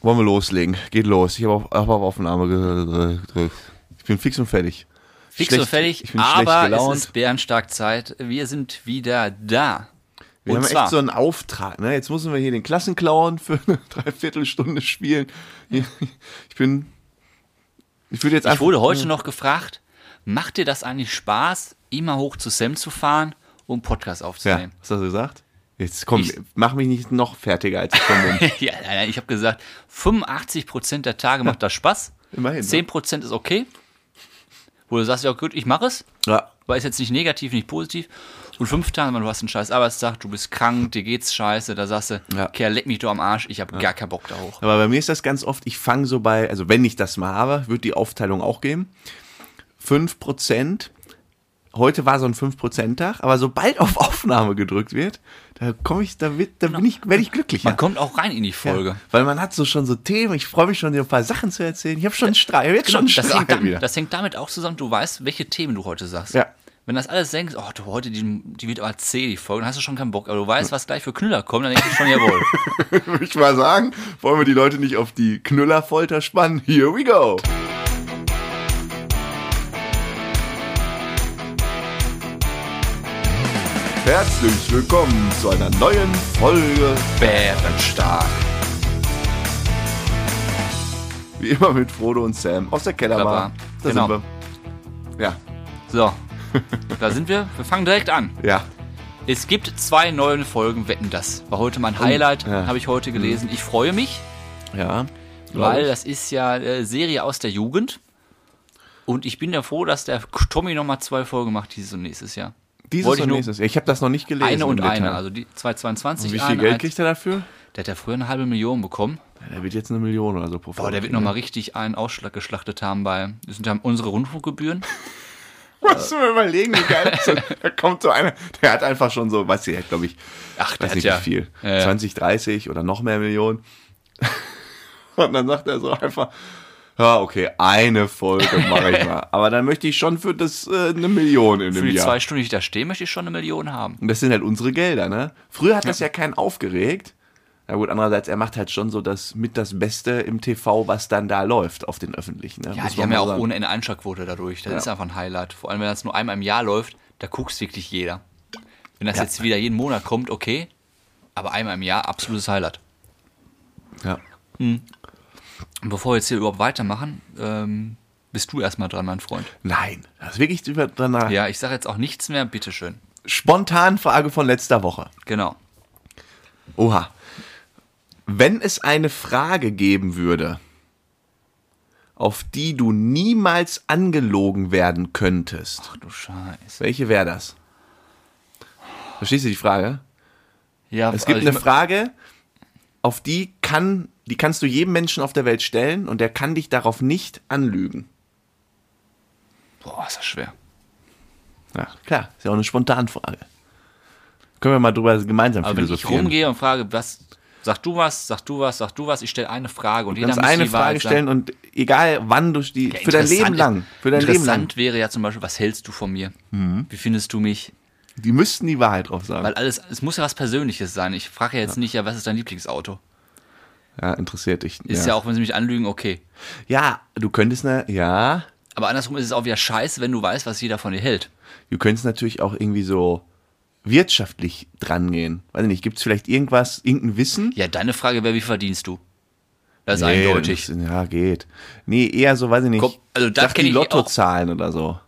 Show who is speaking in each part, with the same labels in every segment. Speaker 1: Wollen wir loslegen? Geht los. Ich habe auf, hab auf Aufnahme ge- gedrückt. Ich bin fix und fertig.
Speaker 2: Fix
Speaker 1: Schlecht-
Speaker 2: und fertig,
Speaker 1: ich bin schlecht
Speaker 2: aber
Speaker 1: gelaunt.
Speaker 2: es ist bärenstark Zeit. Wir sind wieder da.
Speaker 1: Wir
Speaker 2: und
Speaker 1: haben
Speaker 2: zwar,
Speaker 1: echt so einen Auftrag. Ne? Jetzt müssen wir hier den Klassenclown für eine Dreiviertelstunde spielen. Ich bin. Ich würde jetzt
Speaker 2: ich
Speaker 1: einfach.
Speaker 2: wurde heute noch gefragt, macht dir das eigentlich Spaß, immer hoch zu Sam zu fahren, um Podcast
Speaker 1: ja,
Speaker 2: aufzunehmen?
Speaker 1: was hast du gesagt? Jetzt komm,
Speaker 2: Ich-
Speaker 1: mach mich nicht noch fertiger als ich schon bin.
Speaker 2: Ja, nein, nein, ich habe gesagt, 85% der Tage macht das Spaß,
Speaker 1: Immerhin. Ne?
Speaker 2: 10% ist okay. Wo du sagst, ja gut, ich mache es,
Speaker 1: Ja.
Speaker 2: aber ist jetzt nicht negativ, nicht positiv. Und fünf Tage, wenn du hast einen scheiß Arbeitstag, du bist krank, dir geht's scheiße, da sagst du,
Speaker 1: Ja.
Speaker 2: Kerl, leck mich doch am Arsch, ich habe gar keinen Bock da hoch.
Speaker 1: Aber bei mir ist das ganz oft, ich fange so bei, also wenn ich das mal habe, wird die Aufteilung auch geben. 5%. Heute war so ein 5%-Tag, aber sobald auf Aufnahme gedrückt wird, da komme ich, da, wird, da bin ich, werde ich glücklicher.
Speaker 2: Genau. Man kommt auch rein in die
Speaker 1: Ja,
Speaker 2: Folge.
Speaker 1: Weil man hat so schon so Themen, ich freue mich schon, dir ein paar Sachen zu erzählen. Ich habe schon einen Streit, ich hab jetzt schon einen
Speaker 2: das,
Speaker 1: Streit
Speaker 2: hängt da,
Speaker 1: wieder.
Speaker 2: das hängt damit auch zusammen, du weißt, welche Themen du heute sagst.
Speaker 1: Ja.
Speaker 2: Wenn das alles denkst, oh, du, heute, die, die wird aber zäh, die Folge, dann hast du schon keinen Bock. Aber du weißt, was gleich für Knüller kommen, dann denkst du schon, jawohl.
Speaker 1: Würde ich mal sagen, wollen wir die Leute nicht auf die Knüllerfolter spannen? Here we go! Herzlich willkommen zu einer neuen Folge.
Speaker 2: Bärenstark.
Speaker 1: Wie immer mit Frodo und Sam aus der Kellerbar.
Speaker 2: Kellerbar.
Speaker 1: Da
Speaker 2: Genau.
Speaker 1: sind wir. Ja,
Speaker 2: So, da sind wir. Wir fangen direkt an.
Speaker 1: ja.
Speaker 2: Es gibt zwei neue Folgen Wetten das. War heute mein Highlight,
Speaker 1: Oh, ja. Mhm.
Speaker 2: habe ich heute gelesen. Ich freue mich,
Speaker 1: Ja.
Speaker 2: weil das ist ja äh, Serie aus der Jugend. Und ich bin ja froh, dass der Tommy nochmal zwei Folgen macht dieses und nächstes Jahr.
Speaker 1: Dieses
Speaker 2: wollte ich
Speaker 1: und
Speaker 2: nur-
Speaker 1: nächstes. Ich habe das noch nicht gelesen.
Speaker 2: Eine
Speaker 1: im
Speaker 2: und eine,
Speaker 1: Detail.
Speaker 2: also die 222.
Speaker 1: Wie viel Geld kriegt er dafür?
Speaker 2: Der hat ja früher eine halbe Million bekommen.
Speaker 1: Der wird jetzt eine Million oder so pro
Speaker 2: Boah, der wird nochmal richtig einen Ausschlag geschlachtet haben bei. Das sind ja unsere Rundfunkgebühren.
Speaker 1: Musst du mir überlegen, wie geil das ist. Da kommt so einer, der hat einfach schon so, weiß ich, der hat, glaube ich,
Speaker 2: Ach, der
Speaker 1: weiß
Speaker 2: hat
Speaker 1: nicht
Speaker 2: ja- äh,
Speaker 1: wie viel,
Speaker 2: Ja, ja.
Speaker 1: 20, 30 oder noch mehr Millionen. Und dann sagt er so einfach, ja, okay, eine Folge mache ich mal. Aber dann möchte ich schon für das äh, eine Million in
Speaker 2: Für
Speaker 1: dem
Speaker 2: die
Speaker 1: Jahr.
Speaker 2: zwei Stunden, die ich da stehe, möchte ich schon eine Million haben.
Speaker 1: Und das sind halt unsere Gelder, ne? Früher hat das ja keinen aufgeregt. Na gut, andererseits, er macht halt schon so das mit das Beste im TV, was dann da läuft auf den öffentlichen. Ne?
Speaker 2: Ja,
Speaker 1: Muss
Speaker 2: die
Speaker 1: man
Speaker 2: Also haben ja
Speaker 1: mal
Speaker 2: auch
Speaker 1: sagen.
Speaker 2: ohne Ende Einschlagquote dadurch. Das ist einfach ein Highlight. Vor allem, wenn das nur einmal im Jahr läuft, da guckst wirklich jeder. Wenn das jetzt wieder jeden Monat kommt, okay. Aber einmal im Jahr, absolutes Highlight.
Speaker 1: Ja.
Speaker 2: Und bevor wir jetzt hier überhaupt weitermachen, ähm, bist du erstmal dran, mein Freund.
Speaker 1: Nein, das ist wirklich über danach.
Speaker 2: Ja, ich sage jetzt auch nichts mehr, bitteschön.
Speaker 1: Spontan Frage von letzter Woche.
Speaker 2: Genau.
Speaker 1: Oha. Wenn es eine Frage geben würde, auf die du niemals angelogen werden könntest,
Speaker 2: Ach du Scheiße.
Speaker 1: welche wäre das? Verstehst du die Frage?
Speaker 2: Ja,
Speaker 1: Es gibt
Speaker 2: also ich
Speaker 1: eine
Speaker 2: mein-
Speaker 1: Frage, auf die kann, die kannst du jedem Menschen auf der Welt stellen und der kann dich darauf nicht anlügen.
Speaker 2: Boah, ist das schwer.
Speaker 1: Ja, klar, ist ja auch eine Spontanfrage. Können wir mal drüber gemeinsam
Speaker 2: Aber wenn ich
Speaker 1: philosophieren.
Speaker 2: rumgehe und frage, was, sag du was, sag du was, sag du was, ich stelle eine Frage und
Speaker 1: Du
Speaker 2: jeder
Speaker 1: kannst
Speaker 2: muss
Speaker 1: eine
Speaker 2: die
Speaker 1: Frage
Speaker 2: Wahrheit sagen.
Speaker 1: stellen und egal wann du die,
Speaker 2: Ja,
Speaker 1: für dein
Speaker 2: interessant
Speaker 1: Leben lang,
Speaker 2: ist-
Speaker 1: für dein Leben lang. Mhm.
Speaker 2: Interessant wäre ja zum Beispiel, was hältst du von mir? Wie findest du mich?
Speaker 1: Die müssten die Wahrheit drauf sagen.
Speaker 2: Weil alles, es muss ja was Persönliches sein. Ich frage ja jetzt nicht, ja, was ist dein Lieblingsauto?
Speaker 1: ja, interessiert dich.
Speaker 2: Ist ja.
Speaker 1: ja.
Speaker 2: auch, wenn sie mich anlügen, okay.
Speaker 1: Ja, du könntest ne, ja,
Speaker 2: Aber andersrum ist es auch wieder scheiße, wenn du weißt, was jeder von dir hält.
Speaker 1: du könntest natürlich auch irgendwie so wirtschaftlich drangehen. Weiß nicht, gibt es vielleicht irgendwas, irgendein Wissen?
Speaker 2: Ja, deine Frage wäre, wie verdienst du? Das ist
Speaker 1: Nee,
Speaker 2: eindeutig.
Speaker 1: das ist- Ja, geht. Nee, eher so, weiß ich nicht.
Speaker 2: Komm, also das
Speaker 1: sag
Speaker 2: kenn
Speaker 1: die
Speaker 2: ich
Speaker 1: Lottozahlen oder so.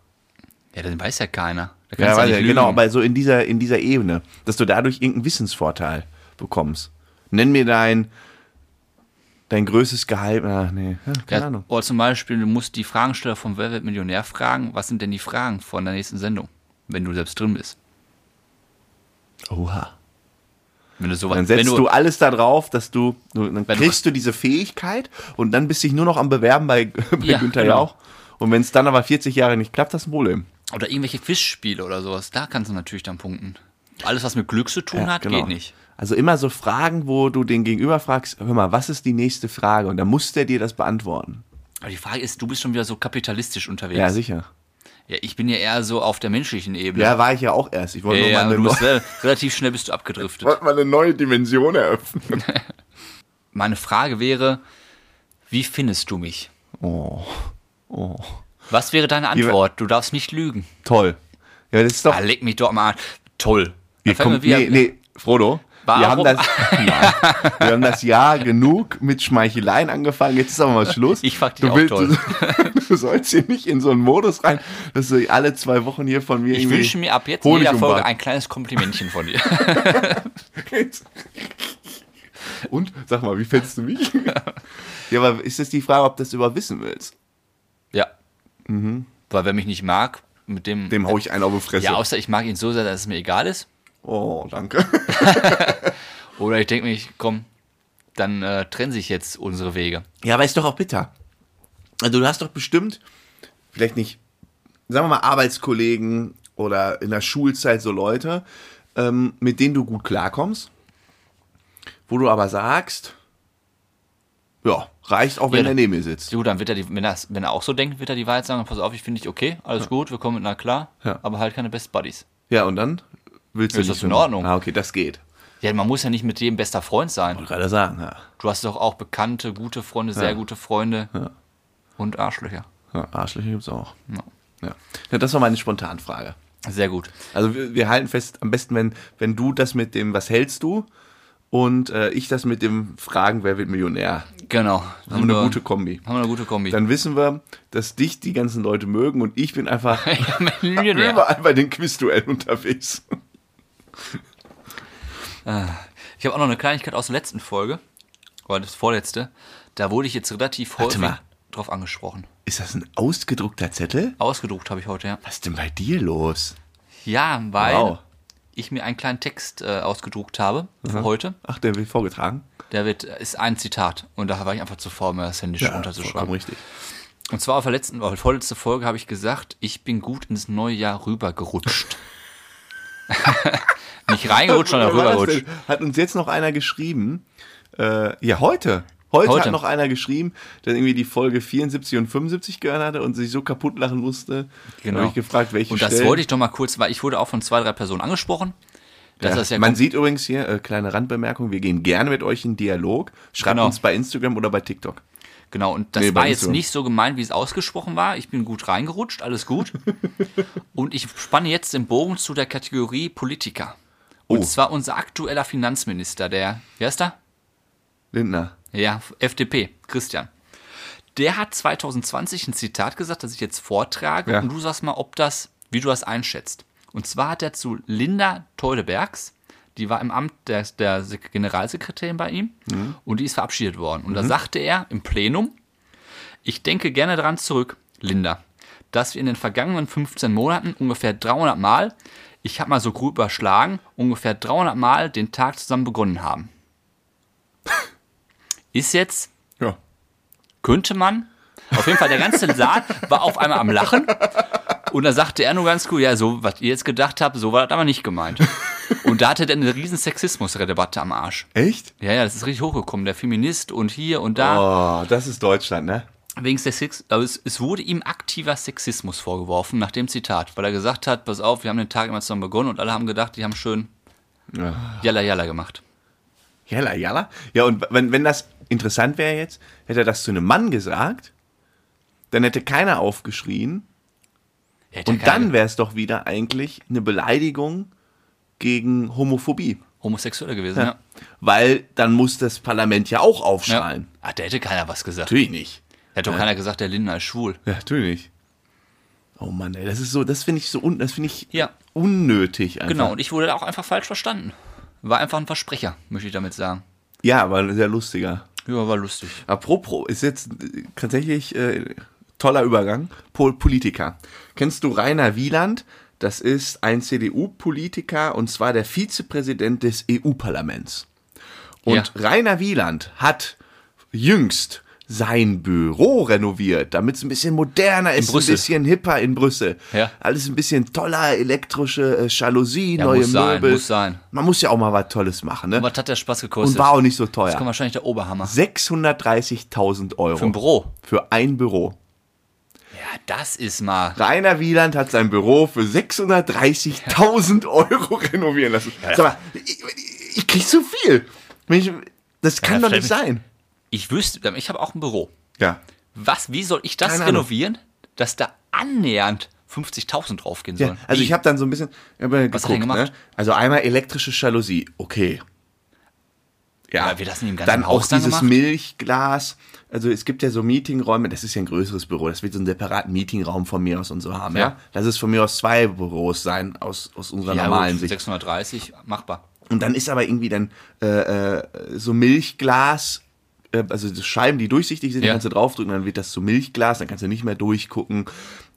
Speaker 2: Ja, dann weiß ja keiner.
Speaker 1: Ja,
Speaker 2: Da kannst du
Speaker 1: weiß
Speaker 2: nicht
Speaker 1: ich,
Speaker 2: lügen.
Speaker 1: genau, aber so in dieser, in dieser Ebene, dass du dadurch irgendeinen Wissensvorteil bekommst. Nenn mir dein, dein größtes Geheimnis. Ach, nee, ja, keine
Speaker 2: ja,
Speaker 1: Ahnung.
Speaker 2: Oder zum Beispiel, du musst die Fragensteller vom Wer wird Millionär fragen, was sind denn die Fragen von der nächsten Sendung, wenn du selbst drin bist.
Speaker 1: Oha.
Speaker 2: Wenn du sowas,
Speaker 1: Dann setzt
Speaker 2: wenn
Speaker 1: du, alles da drauf, dass du, du dann kriegst du diese Fähigkeit und dann bist dich nur noch am Bewerben bei, bei
Speaker 2: Ja,
Speaker 1: Günther
Speaker 2: genau.
Speaker 1: Jauch. Und wenn es dann aber 40 Jahre nicht klappt, das ist ein Problem.
Speaker 2: Oder irgendwelche Quizspiele oder sowas. Da kannst du natürlich dann punkten. Alles, was mit Glück zu tun
Speaker 1: Ja,
Speaker 2: hat,
Speaker 1: genau.
Speaker 2: geht nicht.
Speaker 1: Also immer so Fragen, wo du den Gegenüber fragst, hör mal, was ist die nächste Frage? Und dann muss der dir das beantworten.
Speaker 2: Aber die Frage ist, du bist schon wieder so kapitalistisch unterwegs.
Speaker 1: Ja,
Speaker 2: Ja,
Speaker 1: sicher.
Speaker 2: ich bin ja eher so auf der menschlichen Ebene.
Speaker 1: Ja, war ich ja auch erst. Ich wollte
Speaker 2: ja,
Speaker 1: nur
Speaker 2: ja
Speaker 1: mal eine
Speaker 2: du bist
Speaker 1: neue,
Speaker 2: re relativ schnell bist du abgedriftet.
Speaker 1: wollte mal eine neue Dimension eröffnen.
Speaker 2: meine Frage wäre, wie findest du mich?
Speaker 1: Oh. Oh.
Speaker 2: Was wäre deine
Speaker 1: Wie wär-
Speaker 2: Antwort? Du darfst nicht lügen.
Speaker 1: Toll. Ja, das ist doch.
Speaker 2: Ah, leg mich doch mal an. Toll. Da
Speaker 1: Wir
Speaker 2: fällt mir
Speaker 1: kommen,
Speaker 2: wieder-
Speaker 1: nee, nee, Frodo. Wir haben,
Speaker 2: Warum-
Speaker 1: das, nein, wir haben das Jahr genug mit Schmeicheleien angefangen. Jetzt ist aber mal Schluss.
Speaker 2: Ich fand die auch toll.
Speaker 1: Du, du sollst hier nicht in so einen Modus rein, dass du alle zwei Wochen hier von mir
Speaker 2: Ich
Speaker 1: irgendwie
Speaker 2: wünsche mir ab jetzt in
Speaker 1: Honig
Speaker 2: jeder
Speaker 1: um
Speaker 2: Folge
Speaker 1: Bart.
Speaker 2: ein kleines Komplimentchen von dir.
Speaker 1: Und sag mal, wie fändest du mich? ja, aber ist das die Frage, ob du das überhaupt wissen willst?
Speaker 2: ja. Mhm. Weil wer mich nicht mag, mit dem.
Speaker 1: Dem hau ich einen auf die Fresse.
Speaker 2: ja, außer ich mag ihn so sehr, dass es mir egal ist.
Speaker 1: oh, danke.
Speaker 2: Oder ich denke mir, ich- komm, dann äh, trennen sich jetzt unsere Wege.
Speaker 1: Ja, aber ist doch auch bitter. Also du hast doch bestimmt, vielleicht nicht, sagen wir mal Arbeitskollegen oder in der Schulzeit so Leute, ähm, mit denen du gut klarkommst, wo du aber sagst, ja, reicht auch, wenn
Speaker 2: Ja.
Speaker 1: er neben mir sitzt.
Speaker 2: Gut, dann wird er die, wenn, er- wenn er auch so denkt, wird er die Wahrheit sagen, pass auf, ich finde dich okay, alles gut, wir kommen miteinander klar,
Speaker 1: Ja.
Speaker 2: aber halt keine Best Buddies.
Speaker 1: Ja, und dann willst du
Speaker 2: Ist
Speaker 1: nicht
Speaker 2: das in
Speaker 1: so-
Speaker 2: Ordnung?
Speaker 1: Ah, okay, das geht.
Speaker 2: Ja, man muss ja nicht mit jedem bester Freund sein.
Speaker 1: Wollte gerade sagen, ja.
Speaker 2: Du hast doch auch bekannte, gute Freunde, sehr
Speaker 1: Ja.
Speaker 2: gute Freunde und Arschlöcher.
Speaker 1: ja Arschlöcher gibt's auch.
Speaker 2: Ja.
Speaker 1: Ja. ja, das war meine Spontanfrage.
Speaker 2: Sehr gut.
Speaker 1: Also wir, wir halten fest, am besten, wenn, wenn du das mit dem Was hältst du und äh, ich das mit dem Fragen, wer wird Millionär.
Speaker 2: Genau.
Speaker 1: Haben wir eine gute Kombi.
Speaker 2: haben wir eine gute Kombi.
Speaker 1: Dann wissen wir, dass dich die ganzen Leute mögen und ich bin einfach
Speaker 2: Millionär.
Speaker 1: überall bei den Quizduellen unterwegs.
Speaker 2: Ich habe auch noch eine Kleinigkeit aus der letzten Folge, oder das vorletzte. Da wurde ich jetzt relativ häufig
Speaker 1: mal.
Speaker 2: drauf angesprochen.
Speaker 1: Ist das ein ausgedruckter Zettel?
Speaker 2: Ausgedruckt habe ich heute, ja.
Speaker 1: Was ist denn bei dir los?
Speaker 2: Ja, weil
Speaker 1: Wow.
Speaker 2: ich mir einen kleinen Text äh, ausgedruckt habe für heute.
Speaker 1: Ach, der wird vorgetragen.
Speaker 2: Der wird, ist ein Zitat. Und da war ich einfach zu faul, mir das Handy schon unterzuschreiben.
Speaker 1: vollkommen richtig.
Speaker 2: Und zwar auf der letzten, auf der vorletzten Folge habe ich gesagt, ich bin gut ins neue Jahr rübergerutscht. Nicht reingerutscht, sondern
Speaker 1: Wer war das
Speaker 2: rübergerutscht.
Speaker 1: denn? Hat uns jetzt noch einer geschrieben, äh, ja, heute. Heute,
Speaker 2: Heute.
Speaker 1: hat noch einer geschrieben, der irgendwie die Folge 74 und 75 gehört hatte und sich so kaputt lachen musste.
Speaker 2: Genau.
Speaker 1: Habe ich gefragt, welche
Speaker 2: Und das
Speaker 1: Stellen.
Speaker 2: wollte ich doch mal kurz, weil ich wurde auch von zwei, drei Personen angesprochen. Dass
Speaker 1: Ja.
Speaker 2: das ja
Speaker 1: Man sieht übrigens hier, äh, kleine Randbemerkung, wir gehen gerne mit euch in Dialog. Schreibt
Speaker 2: Genau.
Speaker 1: uns bei Instagram oder bei TikTok.
Speaker 2: Genau, und das
Speaker 1: Nee, bei
Speaker 2: war jetzt
Speaker 1: Instagram.
Speaker 2: nicht so gemeint, wie es ausgesprochen war. Ich bin gut reingerutscht, alles gut. und ich spanne jetzt den Bogen zu der Kategorie Politiker. Und
Speaker 1: Oh.
Speaker 2: zwar unser aktueller Finanzminister, der, wer ist da?
Speaker 1: Lindner.
Speaker 2: Ja, FDP, Christian. Der hat 2020 ein Zitat gesagt, das ich jetzt vortrage.
Speaker 1: Ja.
Speaker 2: Und du sagst mal, ob das, wie du das einschätzt. Und zwar hat er zu Linda Teudebergs, die war im Amt der, der Sek- Generalsekretärin bei ihm, und die ist verabschiedet worden. Und da sagte er im Plenum, ich denke gerne daran zurück, Linda, dass wir in den vergangenen 15 Monaten ungefähr 300 Mal, ich habe mal so grob überschlagen, ungefähr 300 Mal den Tag zusammen begonnen haben. Ist jetzt
Speaker 1: Ja.
Speaker 2: könnte man. Auf jeden Fall, der ganze Saal war auf einmal am Lachen. Und da sagte er nur ganz cool, ja, so, was ihr jetzt gedacht habt, so war das aber nicht gemeint. Und da hatte der eine riesen Sexismusdebatte am Arsch.
Speaker 1: Echt?
Speaker 2: Ja, ja, das ist richtig hochgekommen. Der Feminist und hier und da.
Speaker 1: Oh, das ist Deutschland, ne?
Speaker 2: Wegen Sexismus, aber es, es wurde ihm aktiver Sexismus vorgeworfen nach dem Zitat, weil er gesagt hat, pass auf, wir haben den Tag immer zusammen begonnen und alle haben gedacht, die haben schön
Speaker 1: Ja.
Speaker 2: Jalla Jalla gemacht.
Speaker 1: Jalla, jalla. Ja, und wenn, wenn das interessant wäre jetzt, hätte er das zu einem Mann gesagt, dann hätte keiner aufgeschrien.
Speaker 2: Ja, hätte
Speaker 1: Und
Speaker 2: keiner
Speaker 1: dann
Speaker 2: ge-
Speaker 1: wäre es doch wieder eigentlich eine Beleidigung gegen Homophobie.
Speaker 2: Homosexueller gewesen, ja.
Speaker 1: Weil dann muss das Parlament ja auch
Speaker 2: ja.
Speaker 1: aufschreien.
Speaker 2: Ach, da hätte keiner was gesagt.
Speaker 1: Natürlich nicht.
Speaker 2: Da hätte doch keiner gesagt, der Lindner ist schwul.
Speaker 1: Ja, natürlich nicht. Oh Mann, ey, das ist so, das finde ich so un, das finde ich
Speaker 2: Ja.
Speaker 1: unnötig einfach.
Speaker 2: Genau, und ich wurde da auch einfach falsch verstanden. War einfach ein Versprecher, möchte ich damit sagen.
Speaker 1: Ja, aber sehr lustiger.
Speaker 2: Ja, war lustig.
Speaker 1: Apropos, ist jetzt äh, tatsächlich äh, toller Übergang. Pol Politiker. Kennst du Rainer Wieland? Das ist ein CDU-Politiker und zwar der Vizepräsident des EU-Parlaments. Und
Speaker 2: Ja.
Speaker 1: Rainer Wieland hat jüngst sein Büro renoviert, damit es ein bisschen moderner ist, ein
Speaker 2: Brüssel.
Speaker 1: bisschen hipper in Brüssel.
Speaker 2: Ja.
Speaker 1: Alles ein bisschen toller, elektrische äh, Jalousie,
Speaker 2: Ja,
Speaker 1: neue
Speaker 2: muss sein,
Speaker 1: Möbel.
Speaker 2: muss sein.
Speaker 1: Man muss ja auch mal was Tolles machen, ne?
Speaker 2: Was hat der Spaß gekostet?
Speaker 1: Und war auch nicht so
Speaker 2: Das kommt
Speaker 1: teuer.
Speaker 2: wahrscheinlich der Oberhammer.
Speaker 1: 630.000 Euro.
Speaker 2: Für ein Büro.
Speaker 1: Für ein Büro.
Speaker 2: Ja, das ist mal.
Speaker 1: Rainer Wieland hat sein Büro für 630.000 Euro renovieren lassen. Sag mal, ich, ich krieg zu viel. Wenn ich, Das kann
Speaker 2: Ja,
Speaker 1: doch nicht
Speaker 2: vielleicht-
Speaker 1: sein.
Speaker 2: Ich wüsste, ich habe auch ein Büro.
Speaker 1: Ja.
Speaker 2: Was, wie soll ich das
Speaker 1: Keine Ahnung.
Speaker 2: renovieren, dass da annähernd 50.000 draufgehen
Speaker 1: ja
Speaker 2: sollen?
Speaker 1: also
Speaker 2: Wie?
Speaker 1: ich habe dann so ein bisschen über
Speaker 2: Was hat er
Speaker 1: geguckt.
Speaker 2: gemacht?
Speaker 1: Ne? Also einmal elektrische Jalousie, okay.
Speaker 2: Aber wird das nicht im ganzen
Speaker 1: dann
Speaker 2: Haus
Speaker 1: auch
Speaker 2: dann
Speaker 1: dieses
Speaker 2: gemacht?
Speaker 1: Milchglas. Also es gibt ja so Meetingräume, das ist ja ein größeres Büro, das wird so einen separaten Meetingraum von mir aus und so haben, ja.
Speaker 2: Ja.
Speaker 1: Lass es von mir aus zwei Büros sein, aus, aus unserer
Speaker 2: ja,
Speaker 1: normalen
Speaker 2: gut,
Speaker 1: Sicht.
Speaker 2: 630, machbar.
Speaker 1: Und dann ist aber irgendwie dann äh, äh, so Milchglas, äh, also so Scheiben, die durchsichtig sind, die
Speaker 2: Ja.
Speaker 1: kannst du draufdrücken, dann wird das zu Milchglas, dann kannst du nicht mehr durchgucken.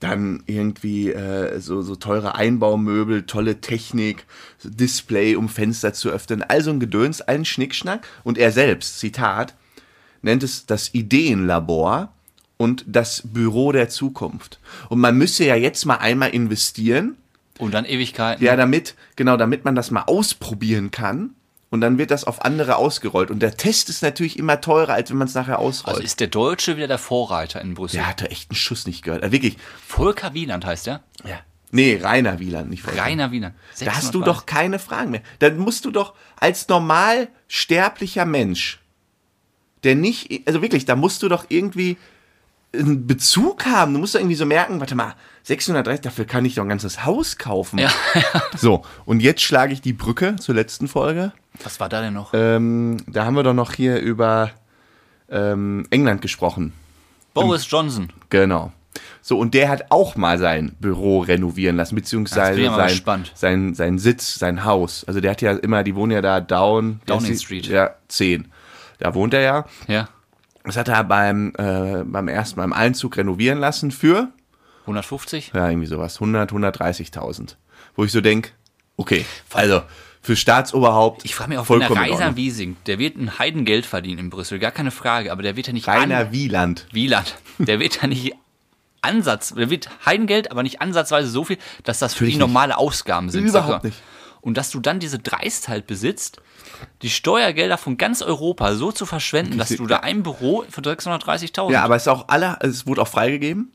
Speaker 1: Dann irgendwie äh, so, so teure Einbaumöbel, tolle Technik, so Display, um Fenster zu öffnen. all so ein Gedöns, allen Schnickschnack. Und er selbst, Zitat, nennt es das Ideenlabor und das Büro der Zukunft. Und man müsste ja jetzt mal einmal investieren,
Speaker 2: Und dann Ewigkeiten.
Speaker 1: ja, damit, genau, damit man das mal ausprobieren kann. Und dann wird das auf andere ausgerollt. Und der Test ist natürlich immer teurer, als wenn man es nachher ausrollt.
Speaker 2: also ist der Deutsche wieder der Vorreiter in Brüssel.
Speaker 1: der hat da echt einen Schuss nicht gehört. Äh, wirklich.
Speaker 2: Volker Wieland heißt er.
Speaker 1: Ja. Nee, Rainer Wieland, nicht Volker.
Speaker 2: Rainer Wieland.
Speaker 1: Da hast du doch keine Fragen mehr. Dann musst du doch als normal sterblicher Mensch, der nicht, also wirklich, da musst du doch irgendwie einen Bezug haben. Du musst doch irgendwie so merken, warte mal, 630, dafür kann ich doch ein ganzes Haus kaufen.
Speaker 2: Ja.
Speaker 1: So, und jetzt schlage ich die Brücke zur letzten Folge.
Speaker 2: Was war da denn noch?
Speaker 1: Ähm, da haben wir doch noch hier über ähm, England gesprochen.
Speaker 2: Boris Johnson.
Speaker 1: Genau. So, und der hat auch mal sein Büro renovieren lassen,
Speaker 2: Jetzt
Speaker 1: beziehungsweise
Speaker 2: bin ich aber
Speaker 1: sein,
Speaker 2: gespannt.
Speaker 1: sein, sein Sitz, sein Haus. Also der hat ja immer, die wohnen ja da down,
Speaker 2: Downing
Speaker 1: wie heißt die-
Speaker 2: Street.
Speaker 1: Ja, 10. Da wohnt er ja.
Speaker 2: Ja.
Speaker 1: Das hat er beim, äh, beim ersten, beim Einzug renovieren lassen für,
Speaker 2: 150?
Speaker 1: ja, irgendwie sowas, 100, 130.000. Wo ich so denk, okay, also für Staatsoberhaupt
Speaker 2: Ich frage mich auch, wenn der
Speaker 1: vollkommen in
Speaker 2: Rainer
Speaker 1: Ordnung.
Speaker 2: Wiesing, der wird ein Heidengeld verdienen in Brüssel, gar keine Frage, aber der wird ja nicht an,
Speaker 1: Rainer Wieland.
Speaker 2: Wieland, der wird ja nicht Ansatz, der wird Heidengeld, aber nicht ansatzweise so viel, dass das für
Speaker 1: Natürlich
Speaker 2: die normale Ausgaben sind.
Speaker 1: Überhaupt
Speaker 2: Sag mal.
Speaker 1: nicht.
Speaker 2: Und dass du dann diese Dreistheit besitzt, die Steuergelder von ganz Europa so zu verschwenden, dass du da ein Büro für 630.000,
Speaker 1: Ja, aber es ist auch alle, es wurde auch freigegeben.